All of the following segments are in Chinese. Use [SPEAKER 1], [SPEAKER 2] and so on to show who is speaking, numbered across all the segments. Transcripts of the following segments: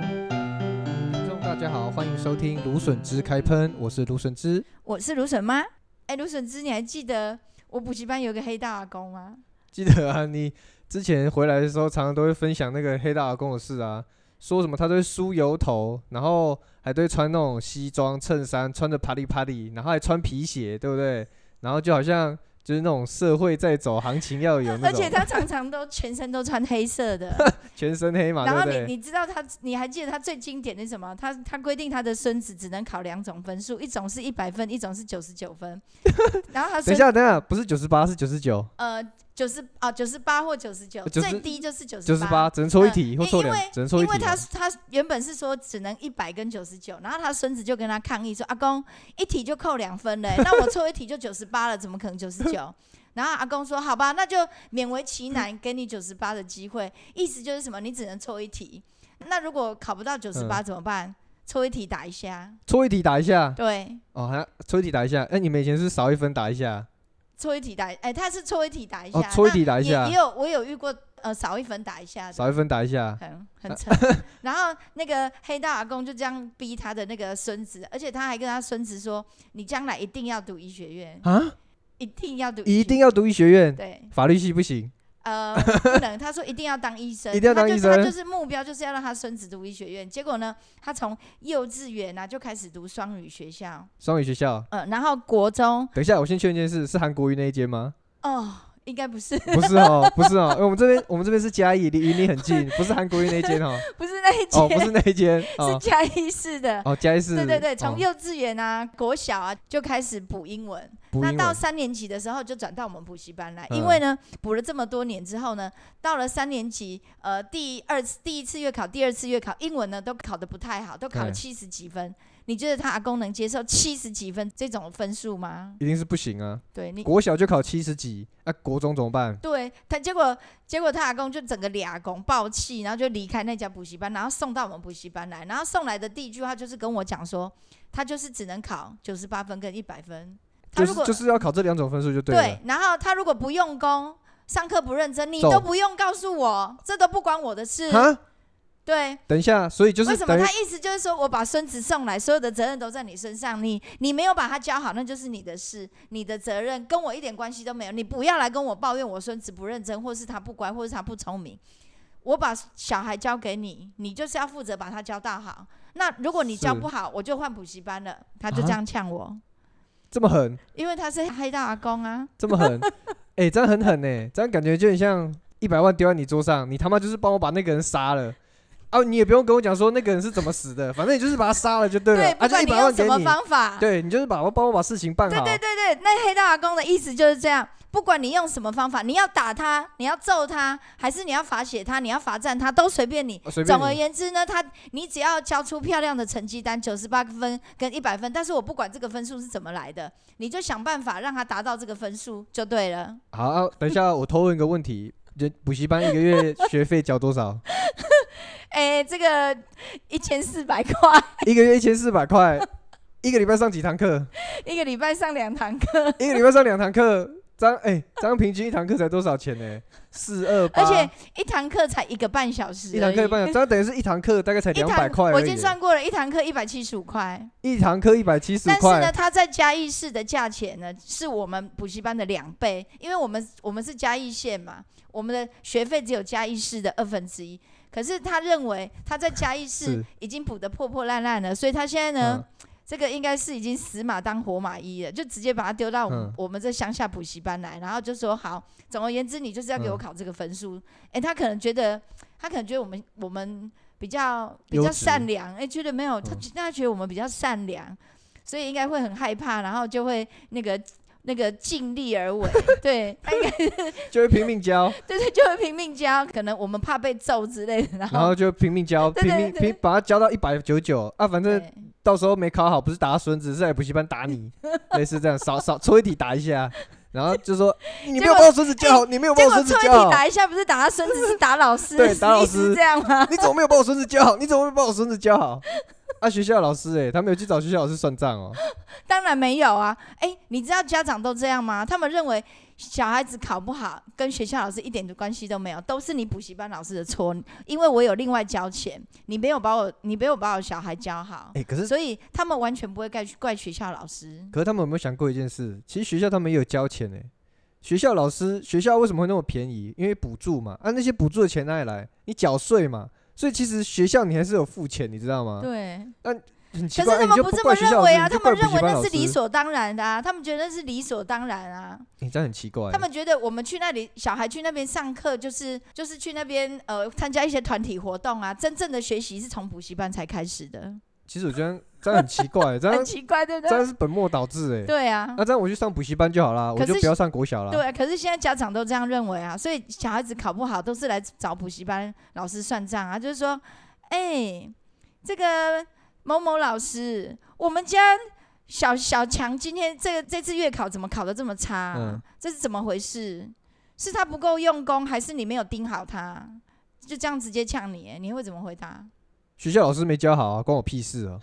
[SPEAKER 1] 听众大家好，欢迎收听芦笋汁开喷，我是芦笋汁。
[SPEAKER 2] 我是芦笋妈。哎，芦笋枝，你还记得我补习班有个黑道阿公吗？
[SPEAKER 1] 记得 啊，你之前回来的时候，常常都会分享那个黑大阿公的事啊，说什么他都会梳油头，然后还都会穿那种西装衬衫，穿着啪里啪里，然后还穿皮鞋，对不对？然后就好像就是那种社会在走，行情要有那
[SPEAKER 2] 而
[SPEAKER 1] 种
[SPEAKER 2] 且他常常都全身都穿黑 色的。
[SPEAKER 1] 全身黑嘛，
[SPEAKER 2] 然后
[SPEAKER 1] 对
[SPEAKER 2] 你
[SPEAKER 1] 啊不对？
[SPEAKER 2] 你知道他，你还记得他最经典的是什么？他他规定他的孙子只能考两种分数，一种是一百分，一种是九十九分。然后他
[SPEAKER 1] 等
[SPEAKER 2] 孙
[SPEAKER 1] 一下，等一下，不是九十八，是九十九，
[SPEAKER 2] 呃九十啊九十八或九十九，
[SPEAKER 1] 90
[SPEAKER 2] 最低就是九
[SPEAKER 1] 九十八，。只能错一题、或
[SPEAKER 2] 因
[SPEAKER 1] 错
[SPEAKER 2] 因
[SPEAKER 1] 两
[SPEAKER 2] 为，
[SPEAKER 1] 只能错一
[SPEAKER 2] 因
[SPEAKER 1] 题
[SPEAKER 2] 为
[SPEAKER 1] 啊、
[SPEAKER 2] 他他原本是说只能一百跟九十九，然后他孙子就跟他抗议说：“阿公一题就扣两分嘞、那我错一题就九十八了，怎么可能九十 九？”然后阿公说：“好吧，那就勉为其难给你九十八的机会，意思就是什么？你只能错一题。那如果考不到九十八
[SPEAKER 1] 嗯
[SPEAKER 2] 怎么办？错一题打一下，
[SPEAKER 1] 错一题打一下，
[SPEAKER 2] 对，
[SPEAKER 1] 哦，还要错一题打一下。哎、你们以前是不是少一分打一下，
[SPEAKER 2] 错一题打，哎、他是错一题打一下，
[SPEAKER 1] 哦，错一题打
[SPEAKER 2] 那
[SPEAKER 1] 一下
[SPEAKER 2] 也也，有我有遇过，呃，少一分打一下的，
[SPEAKER 1] 少一分打一下，
[SPEAKER 2] 很很扯。然后那个黑道阿公就这样逼他的那个孙子，而且他还跟他孙子说：“你将来一定要读医学院，
[SPEAKER 1] 啊，
[SPEAKER 2] 一定要读医学院，
[SPEAKER 1] 一定要读医学院，
[SPEAKER 2] 对，
[SPEAKER 1] 法律系不行。
[SPEAKER 2] 呃，不能。”他说：“一定要当医生， 呃
[SPEAKER 1] 一定要当医生
[SPEAKER 2] 他就他就是目标就是要让他孙子读医学院。结果呢，他从幼稚园啊就开始读双语学校，
[SPEAKER 1] 双语学校。
[SPEAKER 2] 呃，然后 国中
[SPEAKER 1] 等一下，我先确认一件事，是韩国瑜那一间吗？
[SPEAKER 2] 哦，应该不是，
[SPEAKER 1] 不是哦，不是哦， 因为我们这边我们这边是嘉义，离云林很近，不是韩国瑜那一间 哦，
[SPEAKER 2] 不是那一届，
[SPEAKER 1] 哦，不是那一间
[SPEAKER 2] 是
[SPEAKER 1] 哦，
[SPEAKER 2] 嘉义市的。
[SPEAKER 1] 哦，嘉义市，
[SPEAKER 2] 对对对，从
[SPEAKER 1] 哦
[SPEAKER 2] 幼稚园啊、国小啊就开始补英文，
[SPEAKER 1] 补
[SPEAKER 2] 那
[SPEAKER 1] 英
[SPEAKER 2] 到
[SPEAKER 1] 文
[SPEAKER 2] 三年级的时候就转到我们补习班来，
[SPEAKER 1] 嗯
[SPEAKER 2] 因为呢补了这么多年之后呢，到了三年级，呃，第二次第一次月考、第二次月考，英文呢都考得不太好，都考了
[SPEAKER 1] 对
[SPEAKER 2] 七十几分。你觉得他阿公能接受七十几分这种分数吗？
[SPEAKER 1] 一定是不行啊，
[SPEAKER 2] 对你，
[SPEAKER 1] 国小就考七十几，那国中怎么办？
[SPEAKER 2] 对他结果结果他阿公就整个俩公爆气，然后就离开那家补习班，然后送到我们补习班来，然后送来的第一句话就是跟我讲说，他就是只能考九十八分跟一百分。他
[SPEAKER 1] 就是
[SPEAKER 2] 如果
[SPEAKER 1] 就是要考这两种分数就对
[SPEAKER 2] 对
[SPEAKER 1] 了，，
[SPEAKER 2] 然后他如果不用功，上课不认真，你
[SPEAKER 1] 走
[SPEAKER 2] 都不用告诉我，这都不关我的事。
[SPEAKER 1] 哈，
[SPEAKER 2] 对，
[SPEAKER 1] 等一下，所以就
[SPEAKER 2] 为
[SPEAKER 1] 是
[SPEAKER 2] 什么
[SPEAKER 1] 等于
[SPEAKER 2] 他意思就是说我把孙子送来，所有的责任都在你身上，你你没有把他教好，那就是你的事，你的责任跟我一点关系都没有。你不要来跟我抱怨我孙子不认真，或是他不乖，或是他不聪明。我把小孩交给你，你就是要负责把他教到好。那如果你教
[SPEAKER 1] 是
[SPEAKER 2] 不好，我就换补习班了。他就
[SPEAKER 1] 啊
[SPEAKER 2] 这样呛我，
[SPEAKER 1] 这么狠，
[SPEAKER 2] 因为他是黑道阿公啊。
[SPEAKER 1] 这么狠，哎，这样很狠呢，这样感觉就很像一百万丢在你桌上，你他妈就是帮我把那个人杀了。啊，你也不用跟我讲说那个人是怎么死的，反正你就是把他杀了就对了。
[SPEAKER 2] 对，
[SPEAKER 1] 啊，
[SPEAKER 2] 不
[SPEAKER 1] 这
[SPEAKER 2] 管
[SPEAKER 1] 一
[SPEAKER 2] 你
[SPEAKER 1] 百万
[SPEAKER 2] 用
[SPEAKER 1] 给
[SPEAKER 2] 什么
[SPEAKER 1] 你，
[SPEAKER 2] 方法，
[SPEAKER 1] 对你就是把帮我把事情办好。
[SPEAKER 2] 对对对，那黑道阿公的意思就是这样，不管你用什么方法，你要打他，你要揍他，还是你要罚写他，你要罚站他，都随便你。
[SPEAKER 1] 哦随便
[SPEAKER 2] 总
[SPEAKER 1] 你
[SPEAKER 2] 而言之呢，他你只要交出漂亮的成绩单，九十八分跟一百分，但是我不管这个分数是怎么来的，你就想办法让他达到这个分数就对了。
[SPEAKER 1] 好、啊，等一下，我偷问一个问题：就补习班一个月学费缴多少？
[SPEAKER 2] 哎，这个一千四百块，
[SPEAKER 1] 一个月一千四百块，一个礼拜上几堂课？
[SPEAKER 2] 一个礼拜上两堂课，
[SPEAKER 1] 一个礼拜上两堂课，这样哎，这样平均一堂课才多少钱呢？四二八，
[SPEAKER 2] 而且一堂课才一个半小时而已，
[SPEAKER 1] 一堂课一半，这样等于是一堂课大概才
[SPEAKER 2] 一
[SPEAKER 1] 两
[SPEAKER 2] 堂
[SPEAKER 1] 百块而已。
[SPEAKER 2] 我已经算过了，一堂课一百七十五块。
[SPEAKER 1] 一堂课一百七十
[SPEAKER 2] 但是呢，
[SPEAKER 1] 块，
[SPEAKER 2] 他在嘉义市的价钱呢，是我们补习班的两倍，因为我们我们是嘉义县嘛，我们的学费只有嘉义市的二分之一。可是他认为他在嘉义市
[SPEAKER 1] 是
[SPEAKER 2] 已经补得破破烂烂了，所以他现在呢，
[SPEAKER 1] 嗯
[SPEAKER 2] 这个应该是已经死马当活马医了，就直接把他丢到我们、
[SPEAKER 1] 嗯
[SPEAKER 2] 我们这乡下补习班来，然后就说好，总而言之，你就是要给我
[SPEAKER 1] 嗯
[SPEAKER 2] 考这个分数。诶，他可能觉得他可能觉得我们我们比较比
[SPEAKER 1] 优
[SPEAKER 2] 较
[SPEAKER 1] 质
[SPEAKER 2] 善良，诶，哎觉得没有，他
[SPEAKER 1] 嗯
[SPEAKER 2] 觉他觉得我们比较善良，所以应该会很害怕，然后就会那个。那个尽力而 为，对，他应该
[SPEAKER 1] 就会拼命 教，
[SPEAKER 2] 对对，就会拼命教。可能我们怕被揍之类的，然
[SPEAKER 1] 然
[SPEAKER 2] 后
[SPEAKER 1] 后就拼命教，
[SPEAKER 2] 对
[SPEAKER 1] 拼
[SPEAKER 2] 对
[SPEAKER 1] 命
[SPEAKER 2] 对
[SPEAKER 1] 拼，把它教到一百九九啊，反正
[SPEAKER 2] 对
[SPEAKER 1] 到时候没考好，不是打孙子，是在补习班打 你，类似这样，少少抽一题打一下，然后就 说你没有把我孙子教好，你没有把
[SPEAKER 2] 结
[SPEAKER 1] 我
[SPEAKER 2] 果
[SPEAKER 1] 孙子
[SPEAKER 2] 错一
[SPEAKER 1] 教好
[SPEAKER 2] 题，打一下，不是打他孙子，是打老 师，
[SPEAKER 1] 对
[SPEAKER 2] 是
[SPEAKER 1] 打老
[SPEAKER 2] 意思是
[SPEAKER 1] 师
[SPEAKER 2] 这样吗？
[SPEAKER 1] 你怎么没有把我孙子教好？你怎么没有把我孙子教好？啊，学校老师哎、他没有去找学校老师算账 哦、
[SPEAKER 2] 当然没有啊！哎，你知道家长都这样吗？他们认为小孩子考不好跟学校老师一点关系都没有，都是你补习班老师的错，因为我有另外交钱，你没有把我，你没有把我小孩教好，
[SPEAKER 1] 哎、可是
[SPEAKER 2] 所以他们完全不会怪怪学校老师。
[SPEAKER 1] 可是他们有没有想过一件事？其实学校他们也有交钱哎、学校老师学校为什么会那么便宜？因为补助嘛，啊那些补助的钱哪里来？你缴税嘛，所以其实学校你还是有付钱，你知道吗？
[SPEAKER 2] 对，
[SPEAKER 1] 很啊奇
[SPEAKER 2] 可是
[SPEAKER 1] 怪，哎
[SPEAKER 2] 他
[SPEAKER 1] 你
[SPEAKER 2] 们
[SPEAKER 1] 就
[SPEAKER 2] 不这么
[SPEAKER 1] 怪学校
[SPEAKER 2] 认
[SPEAKER 1] 老师
[SPEAKER 2] 为啊，
[SPEAKER 1] 你就
[SPEAKER 2] 他
[SPEAKER 1] 怪
[SPEAKER 2] 们
[SPEAKER 1] 补习
[SPEAKER 2] 认为
[SPEAKER 1] 班
[SPEAKER 2] 那
[SPEAKER 1] 老
[SPEAKER 2] 是
[SPEAKER 1] 师哎
[SPEAKER 2] 理所当然的啊，他们觉得是理所当然啊。
[SPEAKER 1] 你这样很奇怪、欸
[SPEAKER 2] 他们觉得我们去那里，小孩去那边上课，就是就是去那边呃参加一些团体活动啊。真正的学习是从补习班才开始的，
[SPEAKER 1] 其实我觉得这样很奇怪、欸这
[SPEAKER 2] 很
[SPEAKER 1] 样
[SPEAKER 2] 奇怪，对不
[SPEAKER 1] 这
[SPEAKER 2] 对？
[SPEAKER 1] 样是本末倒置哎、
[SPEAKER 2] 对啊
[SPEAKER 1] 那、，这样我去上补习班就好啦，我
[SPEAKER 2] 可
[SPEAKER 1] 就是不要上国小啦。
[SPEAKER 2] 对啊。可是现在家长都这样认为啊，所以小孩子考不好都是来找补习班老师算账啊，就是说，哎、这个某某老师，我们家。小小强今天这个这次月考怎么考得这么差啊、
[SPEAKER 1] 嗯
[SPEAKER 2] 这是怎么回事？是他不够用功，还是你没有盯好他？就这样直接呛你，哎你会怎么回答？
[SPEAKER 1] 学校老师没教好啊，关我屁事 啊！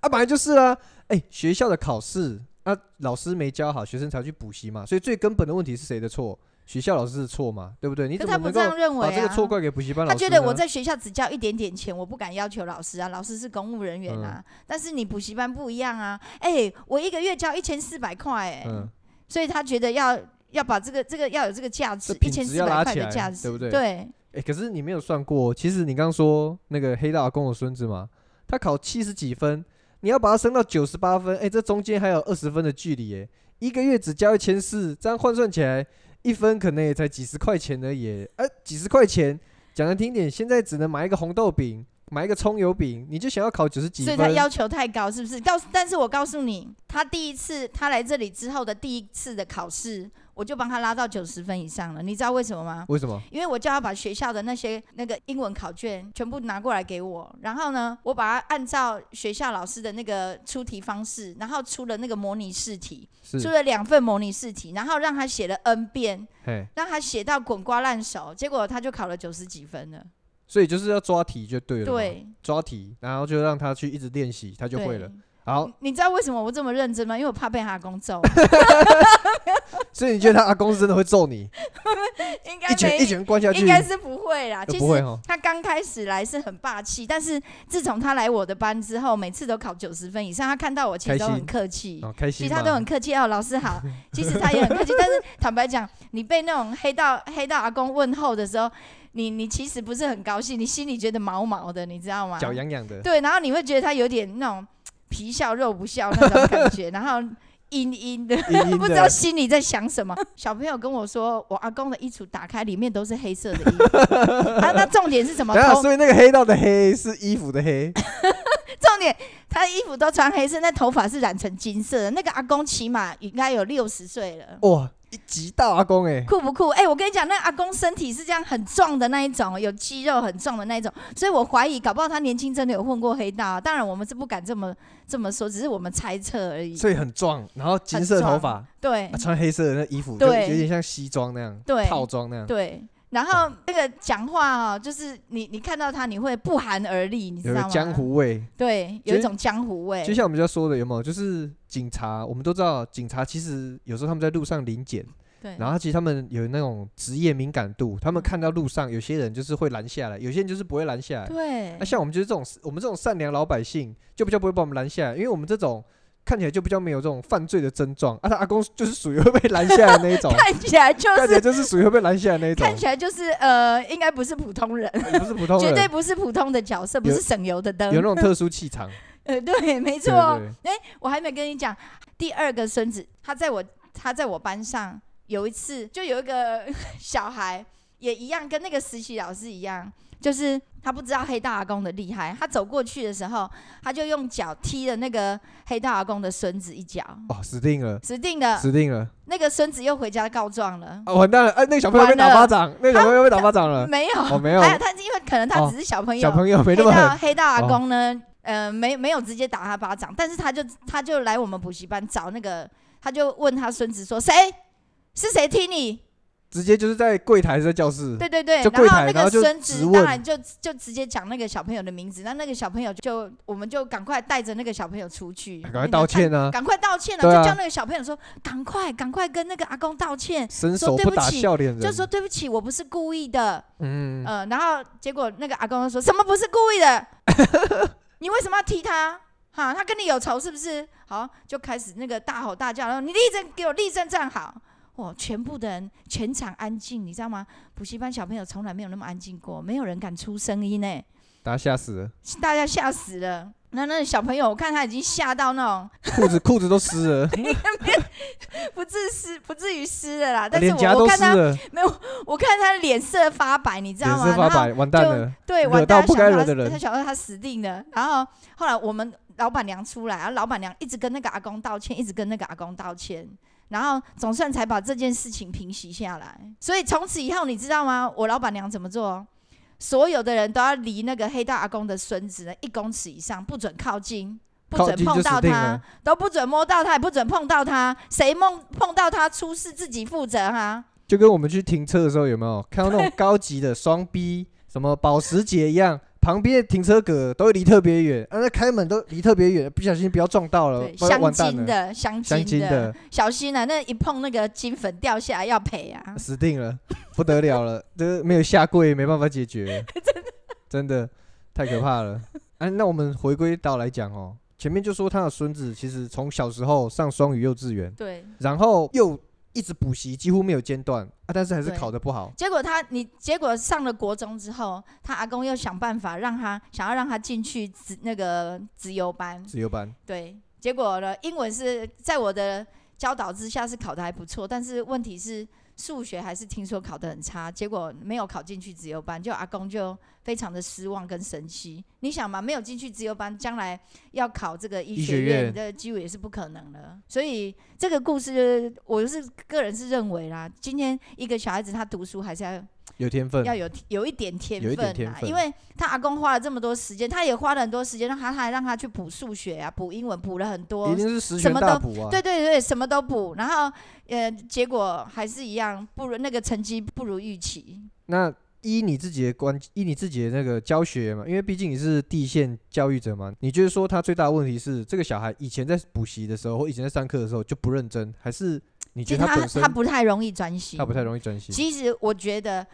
[SPEAKER 1] 啊，本来就是啊，哎、学校的考试啊，老师没教好，学生才去补习嘛，所以最根本的问题是谁的错？学校老师的错嘛，对不对？你
[SPEAKER 2] 可
[SPEAKER 1] 怎
[SPEAKER 2] 他
[SPEAKER 1] 么
[SPEAKER 2] 不
[SPEAKER 1] 能
[SPEAKER 2] 这样
[SPEAKER 1] 够
[SPEAKER 2] 认为、
[SPEAKER 1] 把
[SPEAKER 2] 啊，
[SPEAKER 1] 这个错怪给补习班老
[SPEAKER 2] 他
[SPEAKER 1] 师呢？
[SPEAKER 2] 觉得我在学校只交一点点钱，我不敢要求老师啊，老师是公务人员啊。
[SPEAKER 1] 嗯
[SPEAKER 2] 但是你补习班不一样啊，哎、我一个月交一千四百块，哎、
[SPEAKER 1] 嗯，
[SPEAKER 2] 所以他觉得要要把这个这个要有这个价值
[SPEAKER 1] 这，
[SPEAKER 2] 一
[SPEAKER 1] 品
[SPEAKER 2] 千
[SPEAKER 1] 质
[SPEAKER 2] 四
[SPEAKER 1] 要
[SPEAKER 2] 百
[SPEAKER 1] 拉
[SPEAKER 2] 块
[SPEAKER 1] 起
[SPEAKER 2] 的
[SPEAKER 1] 来
[SPEAKER 2] 价值，
[SPEAKER 1] 对不对
[SPEAKER 2] 对，
[SPEAKER 1] 哎、可是你没有算过，哦其实你刚说那个黑道跟我孙子嘛，他考七十几分，你要把他升到九十八分，哎、这中间还有二十分的距离，哎，一个月只交一千四，这样换算起来，一分可能也才几十块钱而已耶，哎、几十块钱，讲难听点，现在只能买一个红豆饼，买一个葱油饼，你就想要考九十几
[SPEAKER 2] 所
[SPEAKER 1] 分，
[SPEAKER 2] 以他要求太高，是不是？告诉，但是我告诉你，他第一次他来这里之后的第一次的考试，我就帮他拉到九十分以上了。你知道为什么吗？
[SPEAKER 1] 为什么？
[SPEAKER 2] 因为我叫他把学校的那些那个英文考卷全部拿过来给我，然后呢，我把它按照学校老师的那个出题方式，然后出了那个模拟试题，出
[SPEAKER 1] 是，
[SPEAKER 2] 了两份模拟试题，然后让他写了 n 遍，
[SPEAKER 1] 嘿，
[SPEAKER 2] 让他写到滚瓜烂熟，结果他就考了九十几分了。
[SPEAKER 1] 所以就是要抓题就对了，，
[SPEAKER 2] 对，
[SPEAKER 1] 抓题，然后就让他去一直练习，他就会了
[SPEAKER 2] 对。。
[SPEAKER 1] 好，
[SPEAKER 2] 你知道为什么我这么认真吗？因为我怕被他公揍，
[SPEAKER 1] 所以你觉得他阿公是真的会揍你，
[SPEAKER 2] 应该
[SPEAKER 1] 一拳一
[SPEAKER 2] 没，
[SPEAKER 1] 拳灌下去，
[SPEAKER 2] 应该是不会啦。
[SPEAKER 1] 呃
[SPEAKER 2] 其
[SPEAKER 1] 不会
[SPEAKER 2] 实
[SPEAKER 1] 哈。
[SPEAKER 2] 他刚开始来是很霸气，但是自从他来我的班之后，每次都考九十分以上。他看到我其实
[SPEAKER 1] 开
[SPEAKER 2] 都
[SPEAKER 1] 心
[SPEAKER 2] 很客气，
[SPEAKER 1] 哦，开
[SPEAKER 2] 其
[SPEAKER 1] 心
[SPEAKER 2] 实
[SPEAKER 1] 嘛，
[SPEAKER 2] 他都很客气哦，老 师好。其实他也很客气，但是坦白讲，你被那种黑道黑道阿公问候的时候，你你其实不是很高兴，你心里觉得毛毛的，你知道吗？
[SPEAKER 1] 脚痒痒的。
[SPEAKER 2] 啊对，然后你会觉得他有点那种皮笑肉不笑那种感觉，然后 阴阴的。
[SPEAKER 1] 阴阴
[SPEAKER 2] 不知道
[SPEAKER 1] 的，
[SPEAKER 2] 心里在想 什么。小朋友跟我说，我阿公的衣橱打开，里面都是黑色的衣 服。啊，那重点是什么？
[SPEAKER 1] 等一下，
[SPEAKER 2] 头
[SPEAKER 1] 所以那个黑道的黑是衣服的 黑，
[SPEAKER 2] 重点，他的衣服都穿黑色，那头发是染成金色的。那个阿公起码应该有六十岁了。
[SPEAKER 1] 哇，一极大阿公哎，
[SPEAKER 2] 酷不酷？哎、我跟你讲，那阿公身体是这样很壮的那一种，有肌肉很壮的那一种，所以我怀疑，搞不好他年轻真的有混过黑道、啊。当然，我们是不敢这么这么说，只是我们猜测而已。
[SPEAKER 1] 所以很壮，然后金色头发，
[SPEAKER 2] 对
[SPEAKER 1] 啊穿黑色的那衣服，就有
[SPEAKER 2] 对
[SPEAKER 1] 点像西装那样，
[SPEAKER 2] 对
[SPEAKER 1] 套装那样。
[SPEAKER 2] 对，然后那个讲话哦，就是你你看到他，你会不寒而栗，
[SPEAKER 1] 有
[SPEAKER 2] 你知道
[SPEAKER 1] 个
[SPEAKER 2] 吗？
[SPEAKER 1] 江湖味，
[SPEAKER 2] 对，
[SPEAKER 1] 就
[SPEAKER 2] 有一
[SPEAKER 1] 是
[SPEAKER 2] 种江湖味
[SPEAKER 1] 就。像我们就说的，有没有？就是警察，我们都知道，警察其实有时候他们在路上临检，
[SPEAKER 2] 对，嗯
[SPEAKER 1] 然后其实他们有那种职业敏感度，他们看到路上有些人就是会拦下来，有些人就是不会拦下来。
[SPEAKER 2] 对
[SPEAKER 1] 那、，像我们就是这种，我们这种善良老百姓，就比较不会把我们拦下来，因为我们这种看起来就比较没有这种犯罪的症状。啊，他阿公就是属于会被拦下来的那一 种，
[SPEAKER 2] 看起来就
[SPEAKER 1] 看起来
[SPEAKER 2] 是
[SPEAKER 1] 就是属于会被拦下来的那一种
[SPEAKER 2] 看，起来就是呃，应该不是普通人，
[SPEAKER 1] 也不是普通
[SPEAKER 2] 绝
[SPEAKER 1] 人，
[SPEAKER 2] 对不是普通的角色，不
[SPEAKER 1] 有
[SPEAKER 2] 是省油的
[SPEAKER 1] 有那
[SPEAKER 2] 灯。
[SPEAKER 1] 种特殊气 场。
[SPEAKER 2] 呃，对，没
[SPEAKER 1] 对
[SPEAKER 2] 错。
[SPEAKER 1] 对
[SPEAKER 2] 我还没跟你讲，第二个孙子，他在我他在我班上有一次，就有一个 小孩也一样，跟那个实习老师一样，就是他不知道黑道阿公的厉害，他走过去的时候，他就用脚踢了那个黑道阿公的孙子一脚，
[SPEAKER 1] 哦，死定了，
[SPEAKER 2] 死定了。
[SPEAKER 1] 死定了，
[SPEAKER 2] 那个孙子又回家告状了。
[SPEAKER 1] 啊，完蛋了！哎、那个小朋友被打
[SPEAKER 2] 完了啊
[SPEAKER 1] 巴掌，那个小朋友被打巴掌了，
[SPEAKER 2] 没有，
[SPEAKER 1] 哦没有
[SPEAKER 2] 还有他因为可能他
[SPEAKER 1] 哦
[SPEAKER 2] 只是小朋友，啊
[SPEAKER 1] 小朋友没
[SPEAKER 2] 黑
[SPEAKER 1] 那么
[SPEAKER 2] 道
[SPEAKER 1] 狠，
[SPEAKER 2] 黑道阿
[SPEAKER 1] 哦
[SPEAKER 2] 公呢，呃，没没有直接打他巴掌，但是他就他就来我们补习班找那个，他就问他孙子说：“谁是谁踢你？
[SPEAKER 1] 直接就是在柜台还是在教室？
[SPEAKER 2] 对对对，
[SPEAKER 1] 嗯就柜
[SPEAKER 2] 然后
[SPEAKER 1] 台
[SPEAKER 2] 那
[SPEAKER 1] 然后
[SPEAKER 2] 个
[SPEAKER 1] 就
[SPEAKER 2] 孙
[SPEAKER 1] 质
[SPEAKER 2] 子
[SPEAKER 1] 问
[SPEAKER 2] 当然就就直接讲那个小朋友的名字，那那个小朋友就我们就赶快带着那个小朋友出去，
[SPEAKER 1] 赶快道歉啊
[SPEAKER 2] 那个赶快道歉了、
[SPEAKER 1] 对啊
[SPEAKER 2] 就叫那个小朋友说赶快赶快跟那个阿公道歉，
[SPEAKER 1] 伸
[SPEAKER 2] 说
[SPEAKER 1] 手
[SPEAKER 2] 对
[SPEAKER 1] 不
[SPEAKER 2] 不
[SPEAKER 1] 打
[SPEAKER 2] 起
[SPEAKER 1] 笑脸人，
[SPEAKER 2] 就说对不起，我不是故意的，
[SPEAKER 1] 嗯，
[SPEAKER 2] 呃，然后结果那个阿公就说什么不是故意的， 你为什么要踢他？哈，他跟你有仇是不是？好，就开始那个大吼大叫，然后你立正，给我立正站好。哇，全部的人全场安静，你知道吗？补习班小朋友从来没有那么安静过，没有人敢出声音呢，
[SPEAKER 1] 大家吓死了，
[SPEAKER 2] 大家吓死了。那那个小朋友，我看他已经吓到那种
[SPEAKER 1] 裤子裤子都湿了，
[SPEAKER 2] 不至湿，不至于湿了 啦。但是
[SPEAKER 1] 脸颊
[SPEAKER 2] 我我
[SPEAKER 1] 都
[SPEAKER 2] 看
[SPEAKER 1] 湿
[SPEAKER 2] 他，
[SPEAKER 1] 了，
[SPEAKER 2] 我看他脸色发白，你知
[SPEAKER 1] 脸
[SPEAKER 2] 道吗？
[SPEAKER 1] 色发
[SPEAKER 2] 然后
[SPEAKER 1] 白，完蛋
[SPEAKER 2] 就
[SPEAKER 1] 了，
[SPEAKER 2] 对，
[SPEAKER 1] 惹
[SPEAKER 2] 完
[SPEAKER 1] 到
[SPEAKER 2] 蛋，
[SPEAKER 1] 不
[SPEAKER 2] 他
[SPEAKER 1] 该
[SPEAKER 2] 想
[SPEAKER 1] 惹的
[SPEAKER 2] 到他
[SPEAKER 1] 人
[SPEAKER 2] 他想到他死定了。然后后来我们老板娘出来，然后老板娘一直跟那个阿公道歉，一直跟那个阿公道歉，然后总算才把这件事情平息下来。所以从此以后，你知道吗？我老板娘怎么做？所有的人都要离那个黑道阿公的孙子呢一公尺以上，不准靠近，不
[SPEAKER 1] 靠
[SPEAKER 2] 准
[SPEAKER 1] 近就
[SPEAKER 2] 碰
[SPEAKER 1] 死
[SPEAKER 2] 到
[SPEAKER 1] 定
[SPEAKER 2] 他
[SPEAKER 1] 了，
[SPEAKER 2] 都不准摸到他，也不准碰到他。谁碰碰到他出事自己负责啊哈、
[SPEAKER 1] 就跟我们去停车的时候有没有看到那 种高级的双 B 什么保时捷一样，旁边的停车格都会离特别远，啊，那开门都离特别远，不小心不要撞到了，
[SPEAKER 2] 对，
[SPEAKER 1] 不然
[SPEAKER 2] 镶
[SPEAKER 1] 呃完蛋
[SPEAKER 2] 金
[SPEAKER 1] 了，
[SPEAKER 2] 的，镶
[SPEAKER 1] 镶
[SPEAKER 2] 金
[SPEAKER 1] 金的
[SPEAKER 2] 的，小心啊！那一碰那个金粉掉下来要赔啊！
[SPEAKER 1] 死定了，不得了了，这个没有下跪没办法解 决，真的真的太可怕了。哎、那我们回归到来讲哦，前面就说他的孙子其实从小时候上双语幼稚园，
[SPEAKER 2] 对，
[SPEAKER 1] 然后又一直补习，几乎没有间断啊，但是还是
[SPEAKER 2] 对
[SPEAKER 1] 考得不好。
[SPEAKER 2] 结果他你结果上了国中之后，他阿公又想办法让他想要让他进去职那个职优班，
[SPEAKER 1] 自由班，
[SPEAKER 2] 对，结果呢，英文是在我的教导之下是考得还不错，但是问题是数学还是听说考得很差，结果没有考进去自由班，就阿公就非常的失望跟生气。你想嘛，没有进去自由班，将来要考这个医
[SPEAKER 1] 医学
[SPEAKER 2] 学
[SPEAKER 1] 院
[SPEAKER 2] 院的机会也是不可能了。所以这个故事，我是个人是认为啦，今天一个小孩子他读书还是要
[SPEAKER 1] 有天分，
[SPEAKER 2] 要有有一点天
[SPEAKER 1] 有一点
[SPEAKER 2] 分
[SPEAKER 1] 天
[SPEAKER 2] 啊，
[SPEAKER 1] 分
[SPEAKER 2] 因为他阿公花了这么多时间，他也花了很多时间让他他还让他去补数学啊，补英文，补了很多
[SPEAKER 1] 一，定是十
[SPEAKER 2] 什
[SPEAKER 1] 全
[SPEAKER 2] 么
[SPEAKER 1] 大
[SPEAKER 2] 都
[SPEAKER 1] 补啊。
[SPEAKER 2] 对对对，什么都补，然后呃，结果还是一样，不如那个成绩不如预期。
[SPEAKER 1] 那依你自己的观，依你自己的那个教学嘛，因为毕竟你是地县教育者嘛，你觉得说他最大的问题是这个小孩以前在补习的时候或以前在上课的时候就不认真，还是你觉
[SPEAKER 2] 其实
[SPEAKER 1] 得
[SPEAKER 2] 他
[SPEAKER 1] 本身
[SPEAKER 2] 他不太容易专心，
[SPEAKER 1] 他不太容易专心？
[SPEAKER 2] 其实我觉得，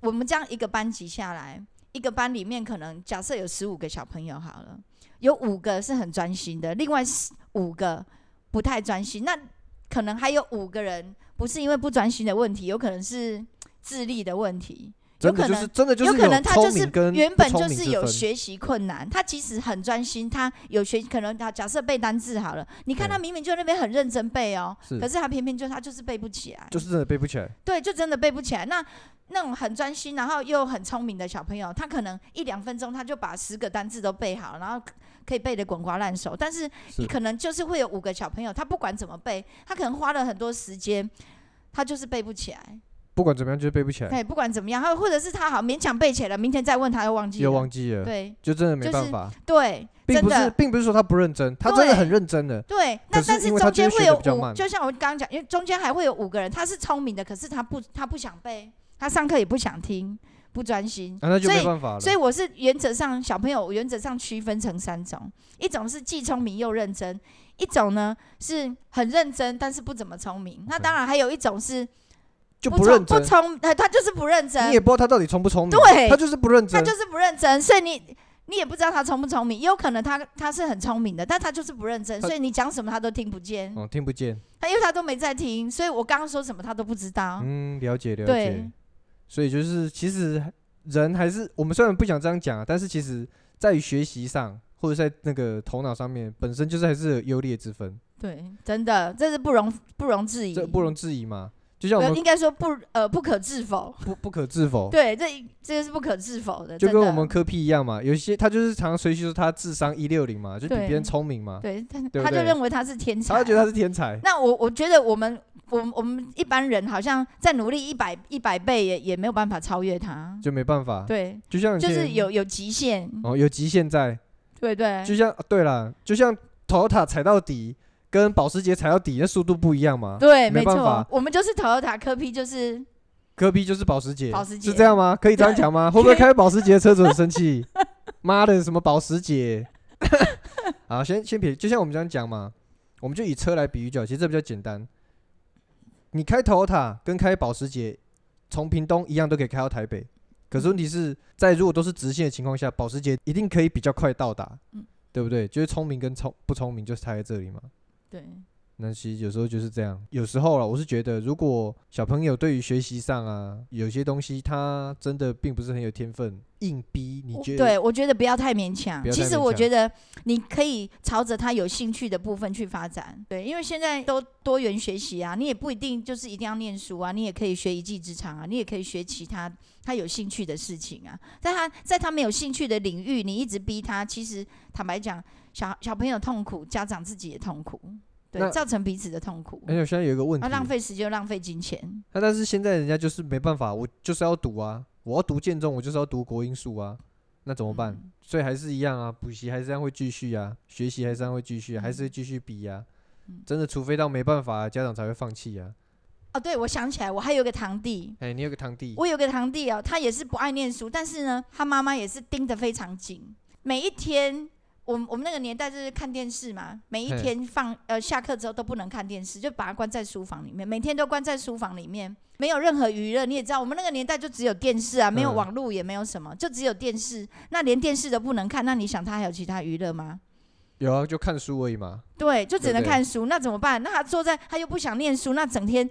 [SPEAKER 2] 我们这样一个班级下来，一个班里面可能假设有十五个小朋友好了，有五个是很专心的，另外十五个不太专心。那可能还有五个人不是因为不专心的问题，有可能是智力的问题，有
[SPEAKER 1] 真的
[SPEAKER 2] 可
[SPEAKER 1] 就
[SPEAKER 2] 能
[SPEAKER 1] 是真的就
[SPEAKER 2] 有
[SPEAKER 1] 是
[SPEAKER 2] 可能他就
[SPEAKER 1] 聪
[SPEAKER 2] 是
[SPEAKER 1] 明跟
[SPEAKER 2] 原
[SPEAKER 1] 不
[SPEAKER 2] 本
[SPEAKER 1] 聪
[SPEAKER 2] 就
[SPEAKER 1] 明
[SPEAKER 2] 是
[SPEAKER 1] 之
[SPEAKER 2] 有
[SPEAKER 1] 分
[SPEAKER 2] 学习困难，他其实很专心，他有学可能他假设背单字好了，你看他
[SPEAKER 1] 对
[SPEAKER 2] 明明就那边很认真背哦，
[SPEAKER 1] 是
[SPEAKER 2] 可是他偏偏就他就是背不起来，
[SPEAKER 1] 就是真的背不起来，
[SPEAKER 2] 对，就真的背不起来。那那种很专心，然后又很聪明的小朋友，他可能一两分钟他就把十个单字都背好，然后可可以背得滚瓜烂熟。但是
[SPEAKER 1] 是
[SPEAKER 2] 可能就是会有五个小朋友，他不管怎么背，他可能花了很多时间，他就是背不起来。
[SPEAKER 1] 不管怎么样就是背不起来，
[SPEAKER 2] 对，不管怎么样，他或者是他好勉强背起来了，明天再问他又忘记了。
[SPEAKER 1] 又忘记了，
[SPEAKER 2] 对
[SPEAKER 1] 就真的没
[SPEAKER 2] 就
[SPEAKER 1] 办
[SPEAKER 2] 是
[SPEAKER 1] 法，
[SPEAKER 2] 对，
[SPEAKER 1] 并
[SPEAKER 2] 真
[SPEAKER 1] 不是
[SPEAKER 2] 的
[SPEAKER 1] 并不是说他不认真，他真的
[SPEAKER 2] 对
[SPEAKER 1] 很认真的，
[SPEAKER 2] 对，那
[SPEAKER 1] 可
[SPEAKER 2] 但
[SPEAKER 1] 是
[SPEAKER 2] 是
[SPEAKER 1] 因为他
[SPEAKER 2] 中
[SPEAKER 1] 就是
[SPEAKER 2] 间
[SPEAKER 1] 学
[SPEAKER 2] 会
[SPEAKER 1] 得
[SPEAKER 2] 有
[SPEAKER 1] 比较
[SPEAKER 2] 五，
[SPEAKER 1] 慢
[SPEAKER 2] 就像我刚刚讲，因为中间还会有五个人，他是聪明的，可是他不他不想背，他上课也不想听，不专心，
[SPEAKER 1] 啊那就
[SPEAKER 2] 所
[SPEAKER 1] 没
[SPEAKER 2] 以
[SPEAKER 1] 办法了。
[SPEAKER 2] 所以我是原则上小朋友，我原则上区分成三种，一种是既聪明又认真，一种呢是很认真但是不怎么聪明。那
[SPEAKER 1] OK
[SPEAKER 2] 当然还有一种是
[SPEAKER 1] 就
[SPEAKER 2] 不
[SPEAKER 1] 不
[SPEAKER 2] 聪
[SPEAKER 1] 认
[SPEAKER 2] 不
[SPEAKER 1] 真，
[SPEAKER 2] 聪，呃他就是不认真
[SPEAKER 1] 你也，不知道他到底聪不聪明，
[SPEAKER 2] 对
[SPEAKER 1] 他就是不认
[SPEAKER 2] 他
[SPEAKER 1] 真，
[SPEAKER 2] 就是不认真，所以你你也不知道他聪不聪明，也有可能他他是很聪明的，但他就是不认真，
[SPEAKER 1] 他
[SPEAKER 2] 所以你讲什么他都听不见，
[SPEAKER 1] 哦听不见，
[SPEAKER 2] 他因为他都没在听，所以我刚刚说什么他都不知道。
[SPEAKER 1] 嗯，了解了解
[SPEAKER 2] 哦对。
[SPEAKER 1] 所以就是，其实人还是我们虽然不想这样讲啊，但是其实在于学习上或者在那个头脑上面，本身就是还是有优劣之分，
[SPEAKER 2] 对，真的这是不容不容置疑，
[SPEAKER 1] 这不容置疑嘛。就像我
[SPEAKER 2] 呃
[SPEAKER 1] 们
[SPEAKER 2] 应该说不呃不可置否。
[SPEAKER 1] 不不可置否，
[SPEAKER 2] 对，这这个是不可置否的，
[SPEAKER 1] 就
[SPEAKER 2] 真
[SPEAKER 1] 跟
[SPEAKER 2] 的
[SPEAKER 1] 我们科 P 一样嘛，有些他就是常常随说他智商一六零嘛，就比
[SPEAKER 2] 对
[SPEAKER 1] 别人聪明嘛，
[SPEAKER 2] 对，他
[SPEAKER 1] 对不
[SPEAKER 2] 他就
[SPEAKER 1] 对
[SPEAKER 2] 认为他是天才，
[SPEAKER 1] 他觉得他是天才，
[SPEAKER 2] 那我我觉得我们我们我们一般人好像在努力一百一百倍也也没有办法超越他，
[SPEAKER 1] 就没啊办法。
[SPEAKER 2] 对，
[SPEAKER 1] 就像
[SPEAKER 2] 就是
[SPEAKER 1] 以前
[SPEAKER 2] 有有极限，
[SPEAKER 1] 嗯哦有极限在，
[SPEAKER 2] 对对
[SPEAKER 1] 就像啊对啦，就像 Toyota 踩到底跟保时捷踩到底，那速度不一样嘛。
[SPEAKER 2] 对，
[SPEAKER 1] 没
[SPEAKER 2] 没
[SPEAKER 1] 办法
[SPEAKER 2] 错，我们就是 Toyota 科 P 就是
[SPEAKER 1] 隔壁就是保时捷，
[SPEAKER 2] 保时捷
[SPEAKER 1] 是这样吗？可以这样讲吗？会不会开保时捷的车主很生气？ 妈的，什么保时捷？ 好，先先撇，就像我们这样讲嘛，我们就以车来比喻就好，其实这比较简单。你开 Toyota 跟开保时捷，从屏东一样都可以开到台北，可是问题是在如果都是直线的情况下，保时捷一定可以比较快到达，
[SPEAKER 2] 嗯
[SPEAKER 1] 对不对？就是聪明跟聪不聪明就差在这里嘛。
[SPEAKER 2] 对，
[SPEAKER 1] 那其实有时候就是这样，有时候啦，我是觉得，如果小朋友对于学习上啊，有些东西他真的并不是很有天分，硬逼你
[SPEAKER 2] 我
[SPEAKER 1] 觉得，
[SPEAKER 2] 哦对我觉得不要太勉强
[SPEAKER 1] 不。要
[SPEAKER 2] 其
[SPEAKER 1] 太
[SPEAKER 2] 实
[SPEAKER 1] 勉
[SPEAKER 2] 我
[SPEAKER 1] 强
[SPEAKER 2] 觉得你可以朝着他有兴趣的部分去发展，对，因为现在都多元学习啊，你也不一定就是一定要念书啊，你也可以学一技之长啊，你也可以学其他他有兴趣的事情啊。在他在他没有兴趣的领域，你一直逼他，其实坦白讲，小小朋友痛苦，家长自己也痛苦，
[SPEAKER 1] 那
[SPEAKER 2] 对，造成彼此的痛苦。
[SPEAKER 1] 而且哎现在有一个问题
[SPEAKER 2] 那，啊浪费时间，浪费金钱。
[SPEAKER 1] 那但是现在人家就是没办法，我就是要读啊，我要读建中，我就是要读国英数啊，那怎么办？
[SPEAKER 2] 嗯
[SPEAKER 1] 所以还是一样啊，补习还是一样会继续啊，学习还是一样会继续、啊，还是会继续比啊，
[SPEAKER 2] 嗯
[SPEAKER 1] 真的，除非到没办法、家长才会放弃啊。
[SPEAKER 2] 哦，对，我想起来，我还有个堂弟，
[SPEAKER 1] 哎、你有个堂弟，
[SPEAKER 2] 我有个堂弟哦，他也是不爱念书，但是呢，他妈妈也是盯得非常紧，每一天。我们我们那个年代就是看电视嘛，每一
[SPEAKER 1] 嘿
[SPEAKER 2] 天放呃下课之后都不能看电视，就把他关在书房里面，每天都关在书房里面，没有任何娱乐。你也知道，我们那个年代就只有电视啊，没有
[SPEAKER 1] 嗯
[SPEAKER 2] 网络，也没有什么，就只有电视。那连电视都不能看，那你想他还有其他娱乐吗？
[SPEAKER 1] 有啊，就看书而已嘛。
[SPEAKER 2] 对，就
[SPEAKER 1] 对
[SPEAKER 2] 只
[SPEAKER 1] 不
[SPEAKER 2] 能
[SPEAKER 1] 对
[SPEAKER 2] 看书，那怎么办？那他坐在，他又不想念书，那整天，